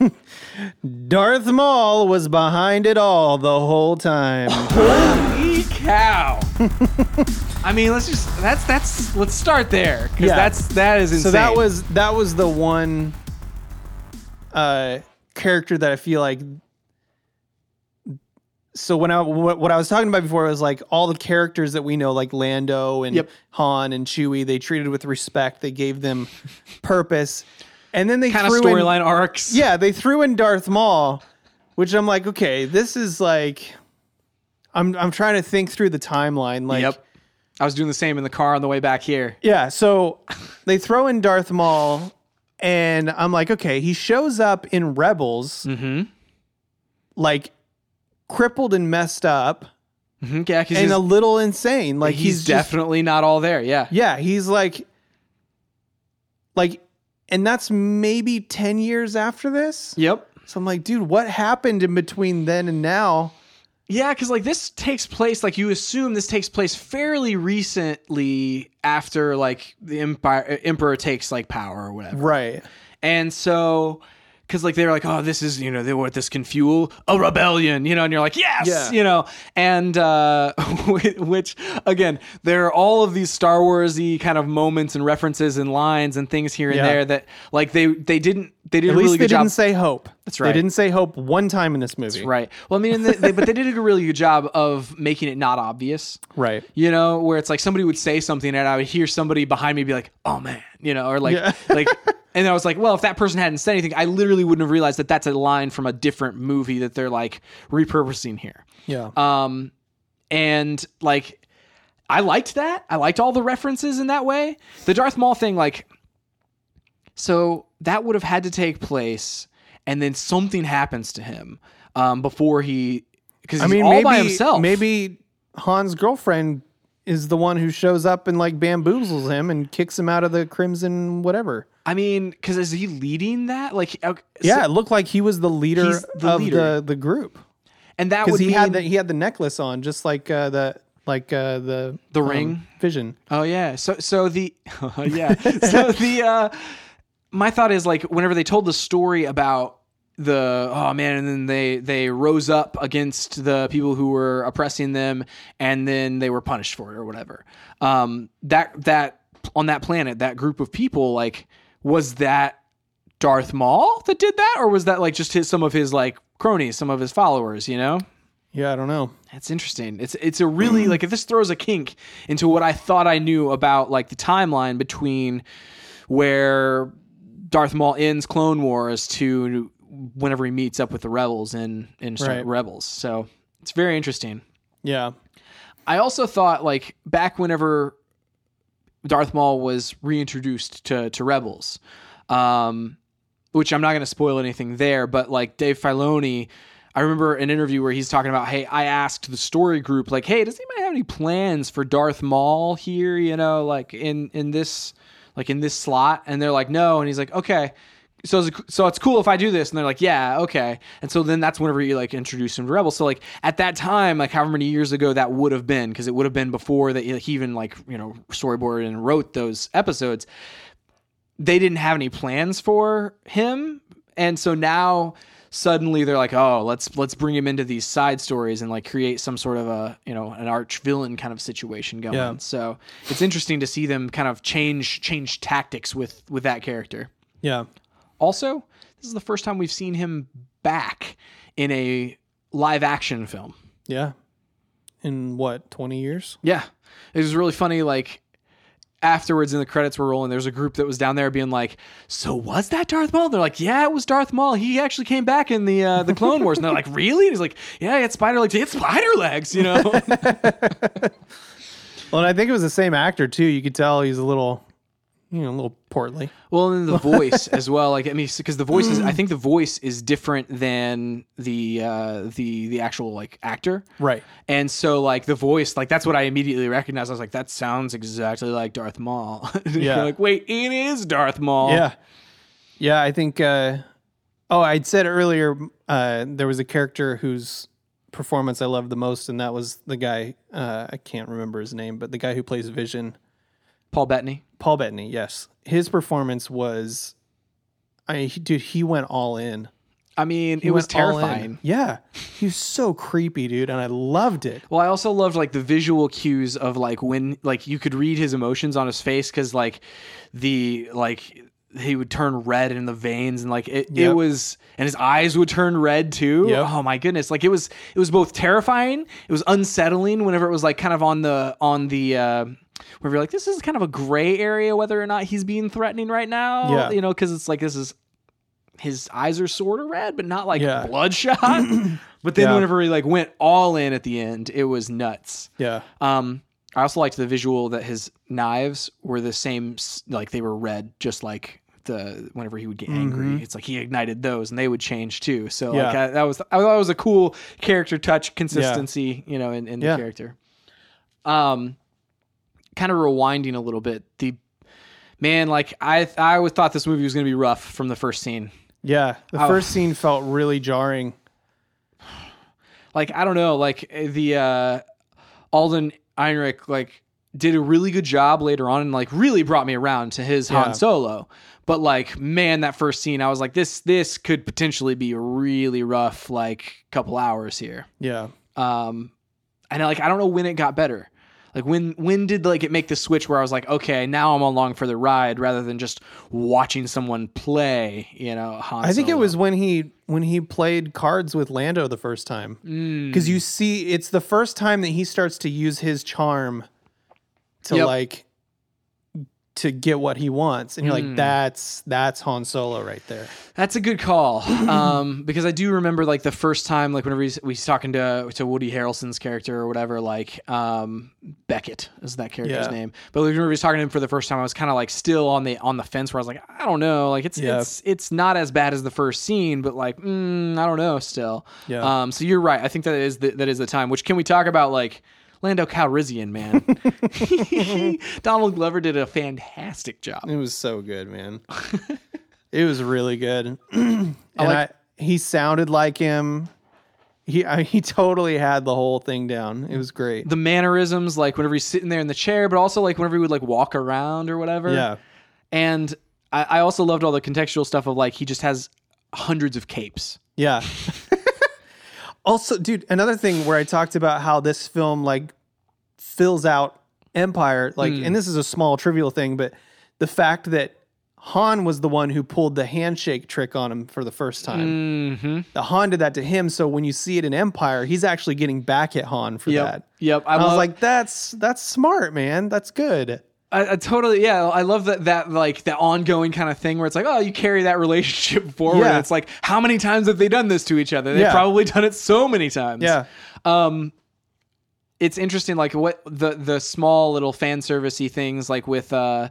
Speaker 3: Darth Maul was behind it all the whole time.
Speaker 1: Holy cow! I mean, let's just that's that's let's start there because
Speaker 3: Yeah.
Speaker 1: that's that is insane.
Speaker 3: so that was that was the one uh character that I feel like so when I what, what I was talking about before was like all the characters that we know like Lando and
Speaker 1: Yep.
Speaker 3: Han and Chewie they treated with respect they gave them purpose and then they
Speaker 1: kind of
Speaker 3: threw in-
Speaker 1: storyline arcs.
Speaker 3: Yeah, they threw in Darth Maul, which I'm like, okay, this is like, I'm I'm trying to think through the timeline. Like,
Speaker 1: Yep. I was doing the same in the car on the way back here.
Speaker 3: yeah, so they throw in Darth Maul, and I'm like, okay, he shows up in Rebels,
Speaker 1: Mm-hmm.
Speaker 3: like crippled and messed up,
Speaker 1: Mhm, Yeah, 'cause
Speaker 3: Mm-hmm. and
Speaker 1: he's,
Speaker 3: a little insane. Like
Speaker 1: he's,
Speaker 3: he's, just
Speaker 1: definitely not all there. Yeah.
Speaker 3: Yeah, he's like like and that's maybe 10 years after this.
Speaker 1: Yep.
Speaker 3: So I'm like, dude, what happened in between then and now?
Speaker 1: Yeah, because like this takes place, like you assume this takes place fairly recently after uh, like the empire emperor takes like power or whatever,
Speaker 3: Right.
Speaker 1: and so because like they were like, oh, this is you know they, what this can fuel a rebellion, you know, and you're like, yes,
Speaker 3: Yeah.
Speaker 1: you know, and uh, whi- which again there are all of these Star Warsy kind of moments and references and lines and things here and
Speaker 3: Yeah.
Speaker 1: there that like they they didn't they did
Speaker 3: At
Speaker 1: a
Speaker 3: least
Speaker 1: really
Speaker 3: they
Speaker 1: good
Speaker 3: didn't
Speaker 1: job.
Speaker 3: say hope. That's
Speaker 1: right.
Speaker 3: They didn't say hope one time in this movie.
Speaker 1: Right. Well, I mean, and they, they, but they did a really good job of making it not obvious.
Speaker 3: Right.
Speaker 1: You know, where it's like somebody would say something and I would hear somebody behind me be like, "Oh man," you know, or like,
Speaker 3: Yeah.
Speaker 1: like, and I was like, "Well, if that person hadn't said anything, I literally wouldn't have realized that that's a line from a different movie that they're like repurposing here."
Speaker 3: Yeah.
Speaker 1: Um, and like, I liked that. I liked all the references in that way. The Darth Maul thing, like, so that would have had to take place, and then something happens to him um, before he, because
Speaker 3: I
Speaker 1: he's
Speaker 3: mean,
Speaker 1: all
Speaker 3: maybe,
Speaker 1: by himself.
Speaker 3: maybe Han's girlfriend is the one who shows up and like bamboozles him and kicks him out of the crimson whatever.
Speaker 1: I mean, because is he leading that? Like, okay, so-
Speaker 3: yeah, it looked like he was the leader
Speaker 1: He's the
Speaker 3: of
Speaker 1: leader.
Speaker 3: the the group
Speaker 1: and that
Speaker 3: because
Speaker 1: would
Speaker 3: he
Speaker 1: be
Speaker 3: had the he had the necklace on, just like uh, the like uh, the
Speaker 1: The ring?
Speaker 3: vision.
Speaker 1: Oh yeah. So so the oh, yeah. So the uh my thought is like whenever they told the story about the oh man and then they they rose up against the people who were oppressing them and then they were punished for it or whatever. Um that that on that planet that group of people like was that Darth Maul that did that or was that like just his some of his like cronies, some of his followers, you know?
Speaker 3: Yeah, I don't know.
Speaker 1: That's interesting. It's it's a really like if this throws a kink into what I thought I knew about like the timeline between where Darth Maul ends Clone Wars to whenever he meets up with the rebels in in Star-
Speaker 3: Right.
Speaker 1: Rebels. So it's very interesting.
Speaker 3: Yeah,
Speaker 1: I also thought like back whenever Darth Maul was reintroduced to to Rebels, um, which I'm not going to spoil anything there, but like Dave Filoni, I remember an interview where he's talking about, hey, I asked the story group like, hey, does anybody have any plans for Darth Maul here? You know, like in in this like in this slot, and they're like, no, and he's like, okay. So, is it, so it's cool if I do this, and they're like, yeah, okay. And so then that's whenever you like introduce him to Rebels. So like at that time, like however many years ago that would have been, because it would have been before that he even like you know storyboarded and wrote those episodes they didn't have any plans for him and so now suddenly they're like oh let's let's bring him into these side stories and like create some sort of a you know an arch villain kind of situation going
Speaker 3: Yeah.
Speaker 1: so it's interesting to see them kind of change change tactics with with that character
Speaker 3: yeah,
Speaker 1: also this is the first time we've seen him back in a live action film
Speaker 3: yeah. In what twenty years?
Speaker 1: yeah. It was really funny, like afterwards in the credits were rolling, there's a group that was down there being like, So was that Darth Maul? And they're like, Yeah, it was Darth Maul. He actually came back in the uh, the Clone Wars. And they're like, Really? And he's like, Yeah, he had spider legs. He had spider legs, you know?
Speaker 3: Well, and I think it was the same actor too. You could tell he's a little, you know, a little portly.
Speaker 1: well, and the voice as well. Like I mean, because the voice is I think the
Speaker 3: Mm.
Speaker 1: voice is different than the uh the the actual like actor.
Speaker 3: Right.
Speaker 1: And so like the voice, like that's what I immediately recognized. I was like, that sounds exactly like Darth Maul. You're
Speaker 3: Yeah.
Speaker 1: like, wait, it is Darth Maul.
Speaker 3: Yeah. Yeah, I think uh oh, I'd said earlier uh there was a character whose performance I loved the most and that was the guy uh I can't remember his name, but the guy who plays Vision,
Speaker 1: Paul Bettany.
Speaker 3: Paul Bettany, yes. His performance was I he, dude, he went all in.
Speaker 1: I mean,
Speaker 3: He
Speaker 1: it was
Speaker 3: went all in.
Speaker 1: terrifying.
Speaker 3: Yeah. He was so creepy, dude, and I loved it.
Speaker 1: Well, I also loved like the visual cues of like when like you could read his emotions on his face because like the like he would turn red in the veins and like it, it
Speaker 3: Yep.
Speaker 1: was and his eyes would turn red too.
Speaker 3: Yep.
Speaker 1: Oh my goodness! Like it was it was both terrifying. It was unsettling whenever it was like kind of on the on the. Uh, where you're like, this is kind of a gray area whether or not he's being threatening right now.
Speaker 3: Yeah.
Speaker 1: You know, because it's like this is his eyes are sort of red, but not like
Speaker 3: Yeah.
Speaker 1: bloodshot. but then
Speaker 3: Yeah.
Speaker 1: whenever he like went all in at the end, it was nuts.
Speaker 3: Yeah.
Speaker 1: Um, I also liked the visual that his knives were the same, s- like they were red, just like the whenever he would get angry, it's like he ignited those and they would change too. So like
Speaker 3: Mm-hmm. Yeah.
Speaker 1: I, that was I thought it was a cool character touch, consistency, you know, in, in
Speaker 3: Yeah.
Speaker 1: the character. Um, kind of rewinding a little bit, the man, like I I always thought this movie was gonna be rough from the first scene.
Speaker 3: Yeah. The first scene felt really jarring.
Speaker 1: eh, like I don't know, like the uh Alden Einrich like did a really good job later on and like really brought me around to his
Speaker 3: Yeah.
Speaker 1: Han Solo. But like, man, that first scene, I was like, this this could potentially be a really rough like couple hours here.
Speaker 3: Yeah.
Speaker 1: Um, and like, I don't know when it got better. Like when when did like it make the switch where I was like, okay, now I'm along for the ride rather than just watching someone play. You know, Han
Speaker 3: I think it
Speaker 1: Solo.
Speaker 3: was when he when he played cards with Lando the first time. Because you see, it's the first time that he starts to use his charm to
Speaker 1: Yep.
Speaker 3: like to get what he wants. And you're like, that's that's Han Solo right there.
Speaker 1: That's a good call, um, because I do remember like the first time, like whenever he's, he's talking to to Woody Harrelson's character or whatever, like um, Beckett is that character's
Speaker 3: Yeah.
Speaker 1: name. But like, whenever he's talking to him for the first time, I was kind of like still on the on the fence where I was like, I don't know, like it's
Speaker 3: Yeah.
Speaker 1: it's it's not as bad as the first scene, but like mm, I don't know still.
Speaker 3: Yeah.
Speaker 1: Um, so you're right. I think that is the, that is the time. Which can we talk about like Lando Calrissian, man? Donald Glover did a fantastic job.
Speaker 3: It was so good, man. it was really good. and
Speaker 1: like-
Speaker 3: I, he sounded like him. He I, he totally had the whole thing down. It was great.
Speaker 1: the mannerisms, like whenever he's sitting there in the chair, but also like whenever he would like walk around or whatever.
Speaker 3: Yeah.
Speaker 1: And I, I also loved all the contextual stuff of like he just has hundreds of capes.
Speaker 3: Yeah. also, dude, another thing where I talked about how this film like fills out Empire, like,
Speaker 1: Hmm.
Speaker 3: and this is a small trivial thing, but the fact that Han was the one who pulled the handshake trick on him for the first time.
Speaker 1: Mm-hmm.
Speaker 3: The Han did that to him, so when you see it in Empire, he's actually getting back at Han for that.
Speaker 1: Yep. I,
Speaker 3: I was
Speaker 1: love-
Speaker 3: like, that's that's smart, man. That's good.
Speaker 1: I, I totally, yeah. I love that, that like that ongoing kind of thing where it's like, oh, you carry that relationship forward.
Speaker 3: Yeah.
Speaker 1: And it's like, how many times have they done this to each other? They've
Speaker 3: Yeah.
Speaker 1: probably done it so many times.
Speaker 3: Yeah.
Speaker 1: it's interesting like what the the small little fan servicey things like with uh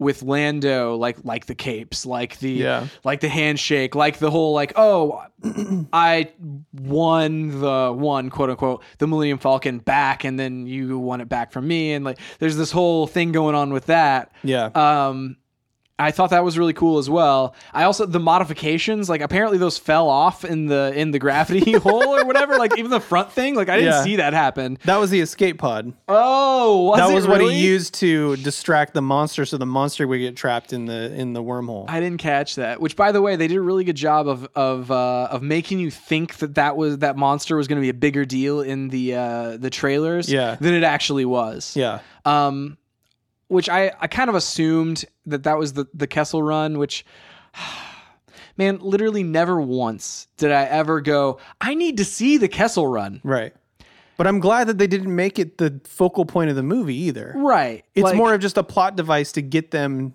Speaker 1: with Lando like like the capes like the
Speaker 3: Yeah.
Speaker 1: like the handshake like the whole like oh I won the one quote unquote the Millennium Falcon back and then you won it back from me and like there's this whole thing going on with that
Speaker 3: Yeah.
Speaker 1: um I thought that was really cool as well. I also the modifications, like apparently those fell off in the in the gravity hole or whatever. Like even the front thing, like I didn't
Speaker 3: Yeah.
Speaker 1: see that happen.
Speaker 3: that was the escape pod.
Speaker 1: Oh, was
Speaker 3: that
Speaker 1: it
Speaker 3: was what
Speaker 1: really?
Speaker 3: he used to distract the monster so the monster would get trapped in the in the wormhole
Speaker 1: I didn't catch that. Which, by the way, they did a really good job of of uh, of making you think that that was that monster was going to be a bigger deal in the uh, the trailers,
Speaker 3: Yeah.
Speaker 1: than it actually was.
Speaker 3: yeah
Speaker 1: Um, which I I kind of assumed that that was the the Kessel Run, which. Man, literally never once did I ever go, I need to see the Kessel run.
Speaker 3: right but i'm glad that they didn't make it the focal point of the movie either
Speaker 1: Right.
Speaker 3: it's
Speaker 1: Like-
Speaker 3: more of just a plot device to get them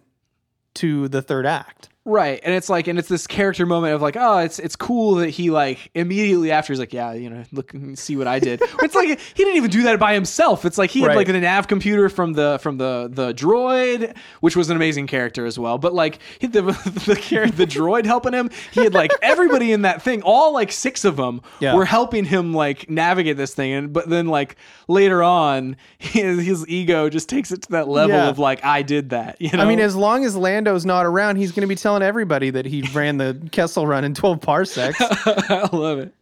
Speaker 3: to the third act
Speaker 1: Right. And it's like and it's this character moment of like, oh, it's it's cool that he like immediately after he's like, Yeah, you know, look and see what I did. it's like he didn't even do that by himself. It's like he had
Speaker 3: Right.
Speaker 1: like an nav computer from the from the the droid, which was an amazing character as well. But like he, the the char- the droid helping him, he had like everybody in that thing, all like six of them
Speaker 3: Yeah.
Speaker 1: were helping him like navigate this thing. And but then like later on, his, his ego just takes it to that level
Speaker 3: Yeah.
Speaker 1: of like, I did that. You know?
Speaker 3: i mean as long as lando's not around he's going to be telling everybody that he ran the kessel run in 12 parsecs
Speaker 1: I love it.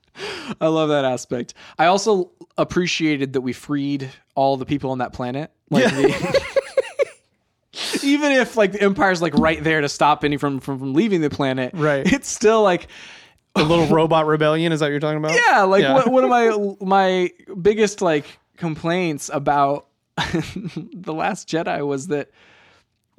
Speaker 1: I love that aspect. I also appreciated that we freed all the people on that planet. Like the- even if like the empire's like right there to stop any from from, from leaving the planet,
Speaker 3: Right.
Speaker 1: It's still like
Speaker 3: the little robot rebellion is that what you're talking about
Speaker 1: yeah, like
Speaker 3: Yeah.
Speaker 1: What, one of my my biggest like complaints about the Last Jedi was that.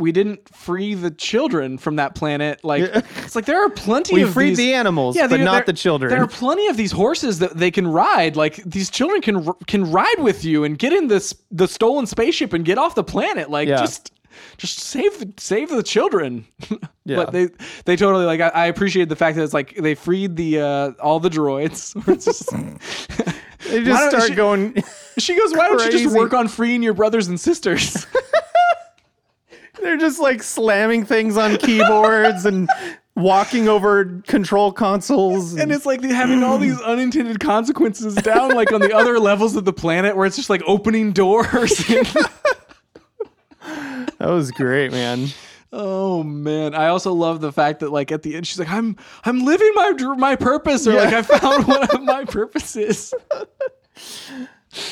Speaker 1: We didn't free the children from that planet. Like it's like there are plenty
Speaker 3: we
Speaker 1: of
Speaker 3: freed
Speaker 1: these-
Speaker 3: the animals but
Speaker 1: there-
Speaker 3: not the
Speaker 1: there-
Speaker 3: children
Speaker 1: There are plenty of these horses that they can ride. Like these children can r- can ride with you and get in this the stolen spaceship and get off the planet. Like
Speaker 3: Yeah.
Speaker 1: just just save the, save the children.
Speaker 3: Yeah.
Speaker 1: But they they totally like I, I appreciate the fact that it's like they freed the uh, all the droids. It's just-
Speaker 3: they just
Speaker 1: Why don't-
Speaker 3: start
Speaker 1: she-
Speaker 3: going
Speaker 1: she goes, why don't you just
Speaker 3: Crazy.
Speaker 1: work on freeing your brothers and sisters?
Speaker 3: They're just like slamming things on keyboards and walking over control consoles. And,
Speaker 1: and it's like they having all these unintended consequences down like on the other levels of the planet where it's just like opening doors. and-
Speaker 3: that was great, man.
Speaker 1: Oh man, I also love the fact that like at the end she's like I'm I'm living my dr- my purpose or like I found what my purpose is.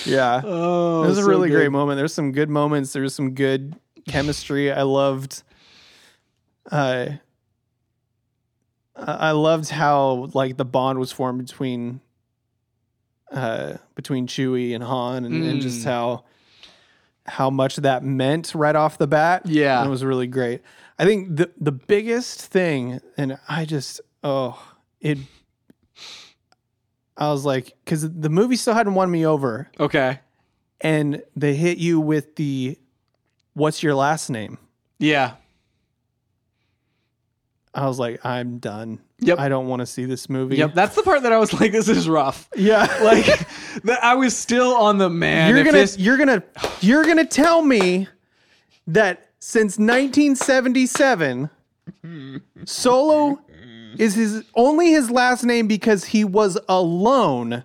Speaker 3: Yeah.
Speaker 1: Oh,
Speaker 3: it was a
Speaker 1: so
Speaker 3: really
Speaker 1: good.
Speaker 3: great moment. There's some good moments. There was some good chemistry. I loved. Uh, I I loved how like the bond was formed between. Uh, between Chewie and Han, and, and just
Speaker 1: Mm.
Speaker 3: how how much that meant right off the bat.
Speaker 1: Yeah.
Speaker 3: And it was really great. I think the the biggest thing, and I just oh it. I was like, because the movie still hadn't won me over
Speaker 1: Okay.
Speaker 3: and they hit you with the what's your last name
Speaker 1: Yeah.
Speaker 3: i was like i'm done
Speaker 1: Yep.
Speaker 3: i don't want to see this movie
Speaker 1: Yep. That's the part that I was like, this is rough.
Speaker 3: yeah
Speaker 1: Like, that I was still on the man.
Speaker 3: you're
Speaker 1: if
Speaker 3: gonna
Speaker 1: this-
Speaker 3: you're gonna you're gonna tell me that since 1977 solo is his only his last name because he was alone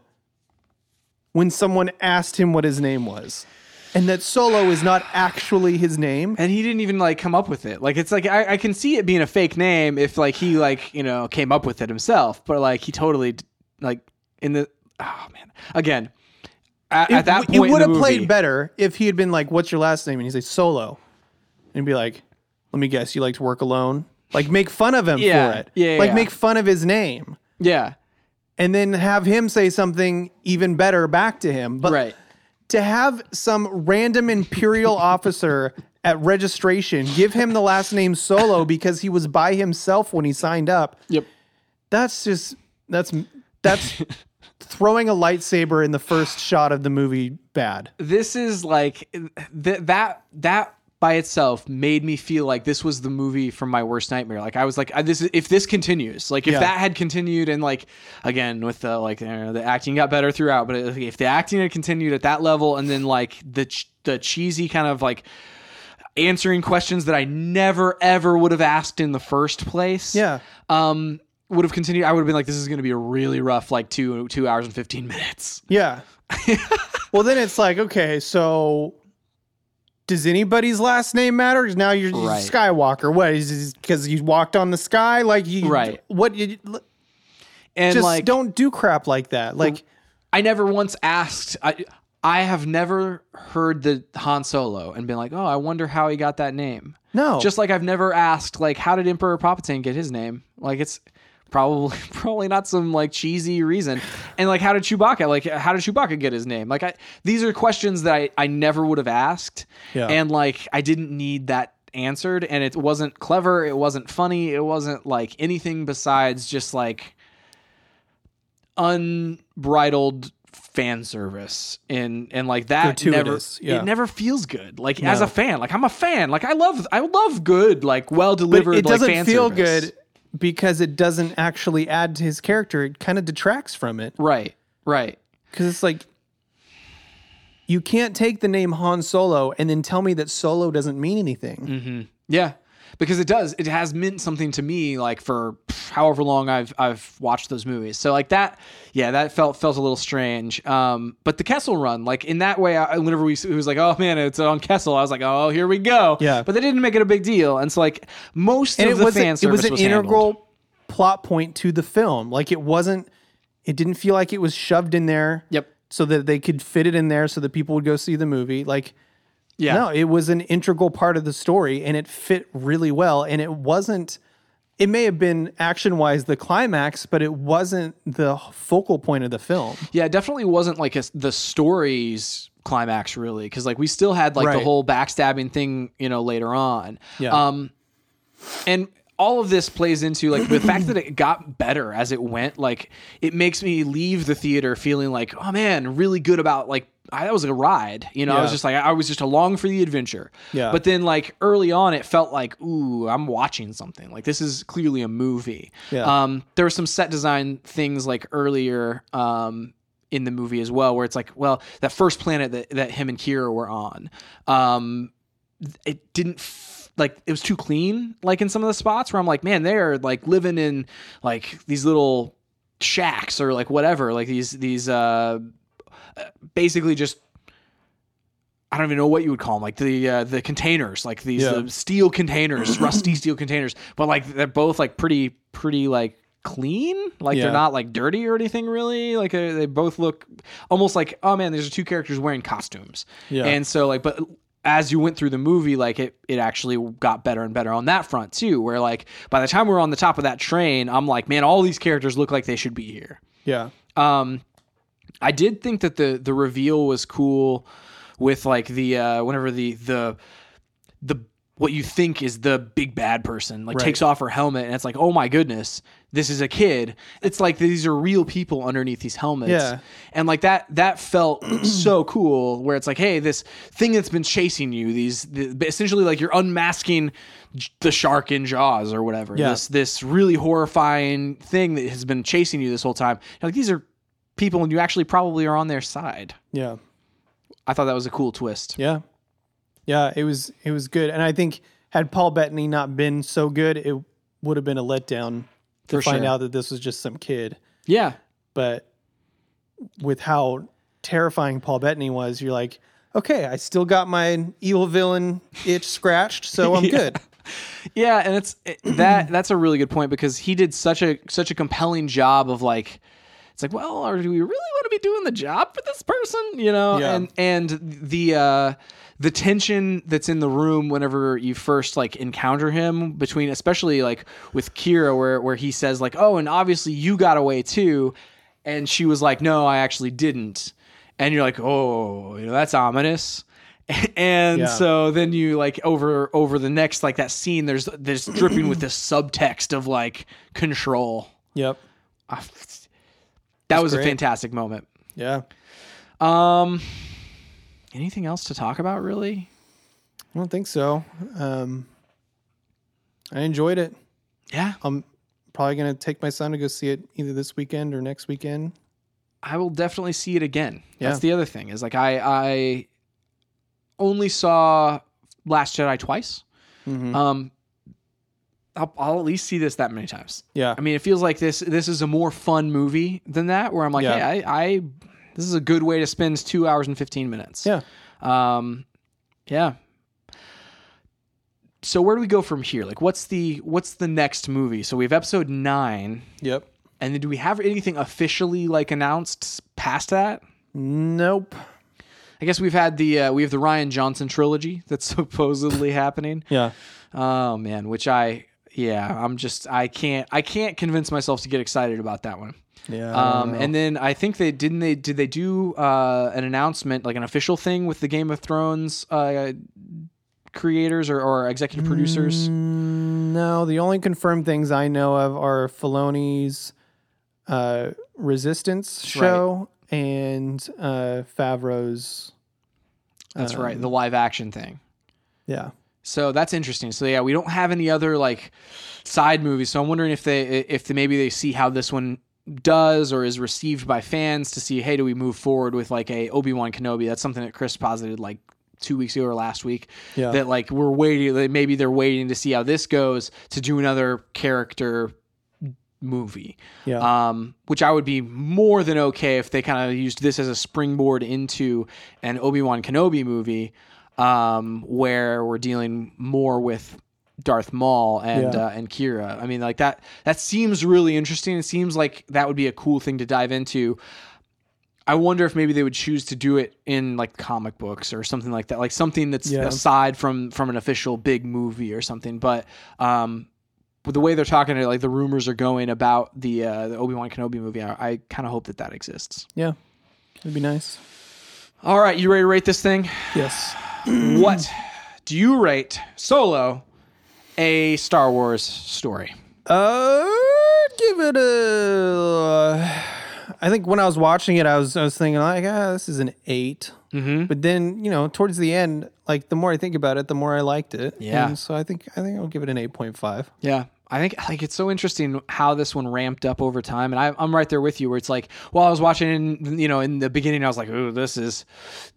Speaker 3: when someone asked him what his name was and that solo is not actually his name
Speaker 1: and he didn't even like come up with it. Like, it's like I, I can see it being a fake name if like he like you know came up with it himself, but like he totally d- like in the oh man again at, at that point
Speaker 3: it would have
Speaker 1: better.
Speaker 3: played better if he had been like, "What's your last name?" and he's like, "Solo," and he'd be like, "Let me guess, you like to work alone." Like make fun of him
Speaker 1: Yeah,
Speaker 3: for it.
Speaker 1: yeah,
Speaker 3: like
Speaker 1: yeah.
Speaker 3: make fun of his name,
Speaker 1: Yeah.
Speaker 3: and then have him say something even better back to him. But
Speaker 1: Right.
Speaker 3: to have some random imperial officer at registration give him the last name Solo because he was by himself when he signed up.
Speaker 1: Yep.
Speaker 3: That's just that's that's throwing a lightsaber in the first shot of the movie. Bad.
Speaker 1: This is like th- that that by itself made me feel like this was the movie from my worst nightmare. Like I was like I, this if this continues, like if
Speaker 3: Yeah.
Speaker 1: that had continued and like again with the like you know, the acting got better throughout, but it- if the acting had continued at that level and then like the ch- the cheesy kind of like answering questions that I never ever would have asked in the first place.
Speaker 3: Yeah.
Speaker 1: Um would have continued. I would have been like, this is going to be a really rough, like two two hours and fifteen minutes.
Speaker 3: Yeah. well, then it's like, okay, so does anybody's last name matter? 'Cause Now you're
Speaker 1: Right.
Speaker 3: Skywalker. What is because you walked on the sky? Like you,
Speaker 1: Right.
Speaker 3: What you l-
Speaker 1: And
Speaker 3: just
Speaker 1: like,
Speaker 3: don't do crap like that. Like
Speaker 1: I never once asked. I I have never heard the Han Solo and been like, oh, I wonder how he got that name.
Speaker 3: no,
Speaker 1: Just like I've never asked, like, how did Emperor Palpatine get his name? Like, it's probably probably not some like cheesy reason. And like, how did Chewbacca? Like, how did Chewbacca get his name? Like, I these are questions that I I never would have asked.
Speaker 3: Yeah.
Speaker 1: And like, I didn't need that answered. And it wasn't clever. It wasn't funny. It wasn't like anything besides just like unbridled fan service and and like that never
Speaker 3: Gratuitous, yeah.
Speaker 1: it never feels good like as a fan like i'm a fan like i love i love good like well
Speaker 3: but
Speaker 1: delivered
Speaker 3: it
Speaker 1: like
Speaker 3: doesn't
Speaker 1: fan
Speaker 3: feel
Speaker 1: service.
Speaker 3: good because it doesn't actually add to his character. It kind of detracts from it
Speaker 1: right right
Speaker 3: because it's like. You can't take the name Han Solo and then tell me that Solo doesn't mean anything.
Speaker 1: yeah because it does it has meant something to me like for pff, however long i've i've watched those movies so like that yeah that felt felt a little strange um but the kessel run like in that way I, whenever we it was like oh man it's on kessel i was like oh here we go
Speaker 3: Yeah.
Speaker 1: but they didn't make it a big deal and so like most
Speaker 3: and
Speaker 1: of
Speaker 3: it
Speaker 1: the
Speaker 3: was
Speaker 1: fan
Speaker 3: it was
Speaker 1: service
Speaker 3: an
Speaker 1: was handled.
Speaker 3: integral plot point to the film. Like it wasn't it didn't feel like it was shoved in there
Speaker 1: Yep.
Speaker 3: so that they could fit it in there so that people would go see the movie. Like
Speaker 1: Yeah.
Speaker 3: no, it was an integral part of the story and it fit really well and it wasn't it may have been action-wise the climax, but it wasn't the focal point of the film.
Speaker 1: Yeah, it definitely wasn't like a s the story's climax really because like we still had like the
Speaker 3: Right.
Speaker 1: whole backstabbing thing you know later on
Speaker 3: Yeah.
Speaker 1: um and all of this plays into like the fact that it got better as it went like it makes me leave the theater feeling like oh man really good about like I, that was a ride you know i was
Speaker 3: Yeah.
Speaker 1: just like i was just along for the adventure
Speaker 3: Yeah.
Speaker 1: but then like early on it felt like ooh i'm watching something like this is clearly a movie
Speaker 3: Yeah.
Speaker 1: um, there were some set design things like earlier um, in the movie as well, where it's like, well, that first planet that, that him and Kira were on, um, th- it didn't f- like it was too clean. Like in some of the spots where I'm like, man, they're like living in like these little shacks or like whatever, like these these uh, uh, basically just. I don't even know what you would call them, like the uh, the containers, like these
Speaker 3: Yeah.
Speaker 1: uh, steel containers, rusty steel containers. But like they're both like pretty, pretty like clean. Like
Speaker 3: Yeah.
Speaker 1: they're not like dirty or anything really. Like uh, they both look almost like oh man, there's two characters wearing costumes.
Speaker 3: Yeah.
Speaker 1: And so like, but as you went through the movie, like it it actually got better and better on that front too. Where like by the time we were on the top of that train, I'm like, man, all these characters look like they should be here.
Speaker 3: Yeah.
Speaker 1: Um, I did think that the the reveal was cool with like the uh, whenever the the the what you think is the big bad person like
Speaker 3: Right.
Speaker 1: takes off her helmet and it's like oh my goodness this is a kid it's like these are real people underneath these helmets
Speaker 3: Yeah.
Speaker 1: and like that that felt so cool where it's like hey this thing that's been chasing you these the, essentially like you're unmasking j- the shark in jaws or whatever
Speaker 3: Yeah.
Speaker 1: this this really horrifying thing that has been chasing you this whole time You're like these are people and you actually probably are on their side
Speaker 3: Yeah.
Speaker 1: i thought that was a cool twist
Speaker 3: Yeah. Yeah, it was it was good. And I think had Paul Bettany not been so good, it would have been a letdown to
Speaker 1: For
Speaker 3: find
Speaker 1: sure.
Speaker 3: out that this was just some kid.
Speaker 1: yeah
Speaker 3: But with how terrifying Paul Bettany was, you're like, okay, I still got my evil villain itch scratched, so I'm good.
Speaker 1: Yeah, and it's it, that that's a really good point because he did such a such a compelling job of like it's like, well, or do we really want to be doing the job for this person? You know,
Speaker 3: Yeah.
Speaker 1: and and the uh, the tension that's in the room whenever you first like encounter him between, especially like with Kira, where where he says like, oh, and obviously you got away too, and she was like, no, I actually didn't, and you're like, oh, you know, that's ominous. And
Speaker 3: Yeah.
Speaker 1: so then you like over over the next like that scene there's there's dripping with this subtext of like control.
Speaker 3: Yep.
Speaker 1: I- that was a
Speaker 3: great.
Speaker 1: fantastic moment.
Speaker 3: Yeah.
Speaker 1: Um, anything else to talk about, really?
Speaker 3: I don't think so. Um, I enjoyed it.
Speaker 1: Yeah,
Speaker 3: I'm probably gonna take my son to go see it either this weekend or next weekend.
Speaker 1: I will definitely see it again.
Speaker 3: Yeah.
Speaker 1: That's the other thing is like I I only saw Last Jedi twice.
Speaker 3: Mhm.
Speaker 1: Um, I'll, I'll at least see this that many times.
Speaker 3: Yeah.
Speaker 1: I mean, it feels like this this is a more fun movie than that. Where I'm like,
Speaker 3: Yeah.
Speaker 1: hey, I, I this is a good way to spend two hours and fifteen minutes.
Speaker 3: Yeah.
Speaker 1: Um, yeah. So where do we go from here? Like, what's the what's the next movie? So we have episode nine,
Speaker 3: Yep.
Speaker 1: and then do we have anything officially like announced past that?
Speaker 3: Nope.
Speaker 1: I guess we've had the uh, we have the Ryan Johnson trilogy that's supposedly happening.
Speaker 3: Yeah.
Speaker 1: Oh man, which I yeah, I'm just I can't I can't convince myself to get excited about that one.
Speaker 3: Yeah.
Speaker 1: Um, and then I think they didn't they did they do uh, an announcement like an official thing with the Game of Thrones uh, creators or, or executive producers?
Speaker 3: No, the only confirmed things I know of are Filoni's uh, Resistance
Speaker 1: right.
Speaker 3: show and uh, Favreau's.
Speaker 1: That's right, the live action thing.
Speaker 3: Yeah,
Speaker 1: So that's interesting. So yeah, we don't have any other like side movies. So I'm wondering if they if they, maybe they see how this one does or is received by fans to see hey do we move forward with like a Obi-Wan Kenobi? That's something that Chris posited like 2 weeks ago or last week
Speaker 3: Yeah.
Speaker 1: that like we're waiting that maybe they're waiting to see how this goes to do another character movie.
Speaker 3: yeah,
Speaker 1: Um, which I would be more than okay if they kind of used this as a springboard into an Obi Wan Kenobi movie, um, where we're dealing more with Darth Maul and
Speaker 3: Yeah.
Speaker 1: uh, and Kira. I mean, like that that seems really interesting. It seems like that would be a cool thing to dive into. I wonder if maybe they would choose to do it in like comic books or something like that, like something that's
Speaker 3: Yeah.
Speaker 1: aside from from an official big movie or something. But um, with the way they're talking, like the rumors are going about the uh, the Obi Wan Kenobi movie, I, I kind of hope that that exists.
Speaker 3: yeah. It'd be nice.
Speaker 1: All right, you ready to rate this thing?
Speaker 3: Yes.
Speaker 1: what do you rate Solo, a Star Wars story?
Speaker 3: Uh, give it a. I think when I was watching it, I was I was thinking like, ah, this is an 8 Mm-hmm. But then you know, towards the end, like the more I think about it, the more I liked it.
Speaker 1: Yeah.
Speaker 3: And so I think I think I'll give it an eight point five.
Speaker 1: Yeah. I think like it's so interesting how this one ramped up over time, and I, I'm right there with you. Where it's like, while I was watching, you know, in the beginning, I was like, "Ooh, this is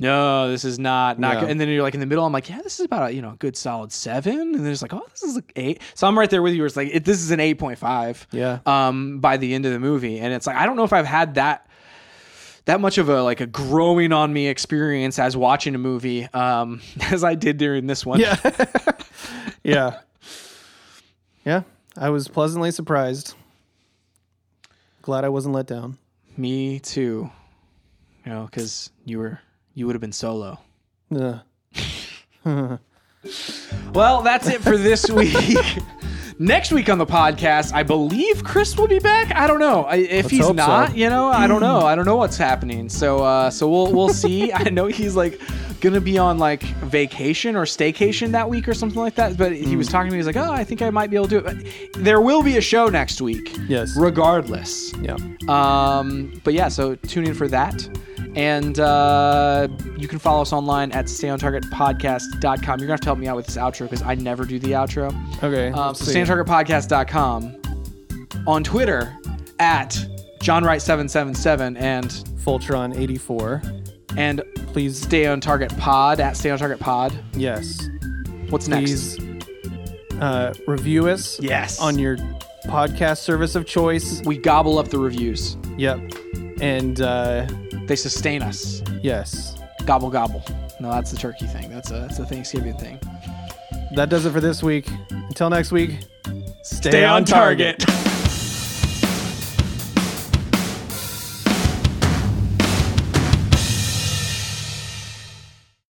Speaker 1: no, this is not not
Speaker 3: Yeah.
Speaker 1: good." And then you're like in the middle, I'm like, "Yeah, this is about a you know a good solid seven. And then it's like, "Oh, this is like eight. So I'm right there with you. Where it's like, it, this is an eight point five.
Speaker 3: Yeah.
Speaker 1: Um, by the end of the movie, and it's like I don't know if I've had that that much of a like a growing on me experience as watching a movie um as I did during this one.
Speaker 3: Yeah. yeah. Yeah. I was pleasantly surprised. Glad I wasn't let down.
Speaker 1: Me too. You know, because you were you would have been solo.
Speaker 3: Ugh.
Speaker 1: Well, that's it for this week. Next week on the podcast, I believe Chris will be back. I don't know I- if he's
Speaker 3: hope so.
Speaker 1: not. You know, I don't know. I don't know what's happening. So, uh, so we'll we'll see. I know he's like gonna be on like vacation or staycation that week or something like that. But he
Speaker 3: Mm.
Speaker 1: was talking to me. He's like, "Oh, I think I might be able to do it." But there will be a show next week.
Speaker 3: Yes.
Speaker 1: Regardless.
Speaker 3: Yeah.
Speaker 1: Um, but yeah, so tune in for that. And uh, you can follow us online at stayontargetpodcast.com. You're going to have to help me out with this outro because I never do the outro.
Speaker 3: Okay.
Speaker 1: Um,
Speaker 3: let's
Speaker 1: so
Speaker 3: see.
Speaker 1: stayontargetpodcast.com. On Twitter at JohnWright777 and
Speaker 3: Fultron 84.
Speaker 1: and
Speaker 3: Please.
Speaker 1: stay on target pod at stay on target pod.
Speaker 3: Yes.
Speaker 1: What's next?
Speaker 3: Please uh, review us.
Speaker 1: Yes.
Speaker 3: On your podcast service of choice.
Speaker 1: We gobble up the reviews.
Speaker 3: Yep. And uh,
Speaker 1: They sustain us.
Speaker 3: yes.
Speaker 1: Gobble gobble. No, that's the turkey thing. That's a that's a Thanksgiving thing.
Speaker 3: That does it for this week. Until next week, stay,
Speaker 1: Stay on target.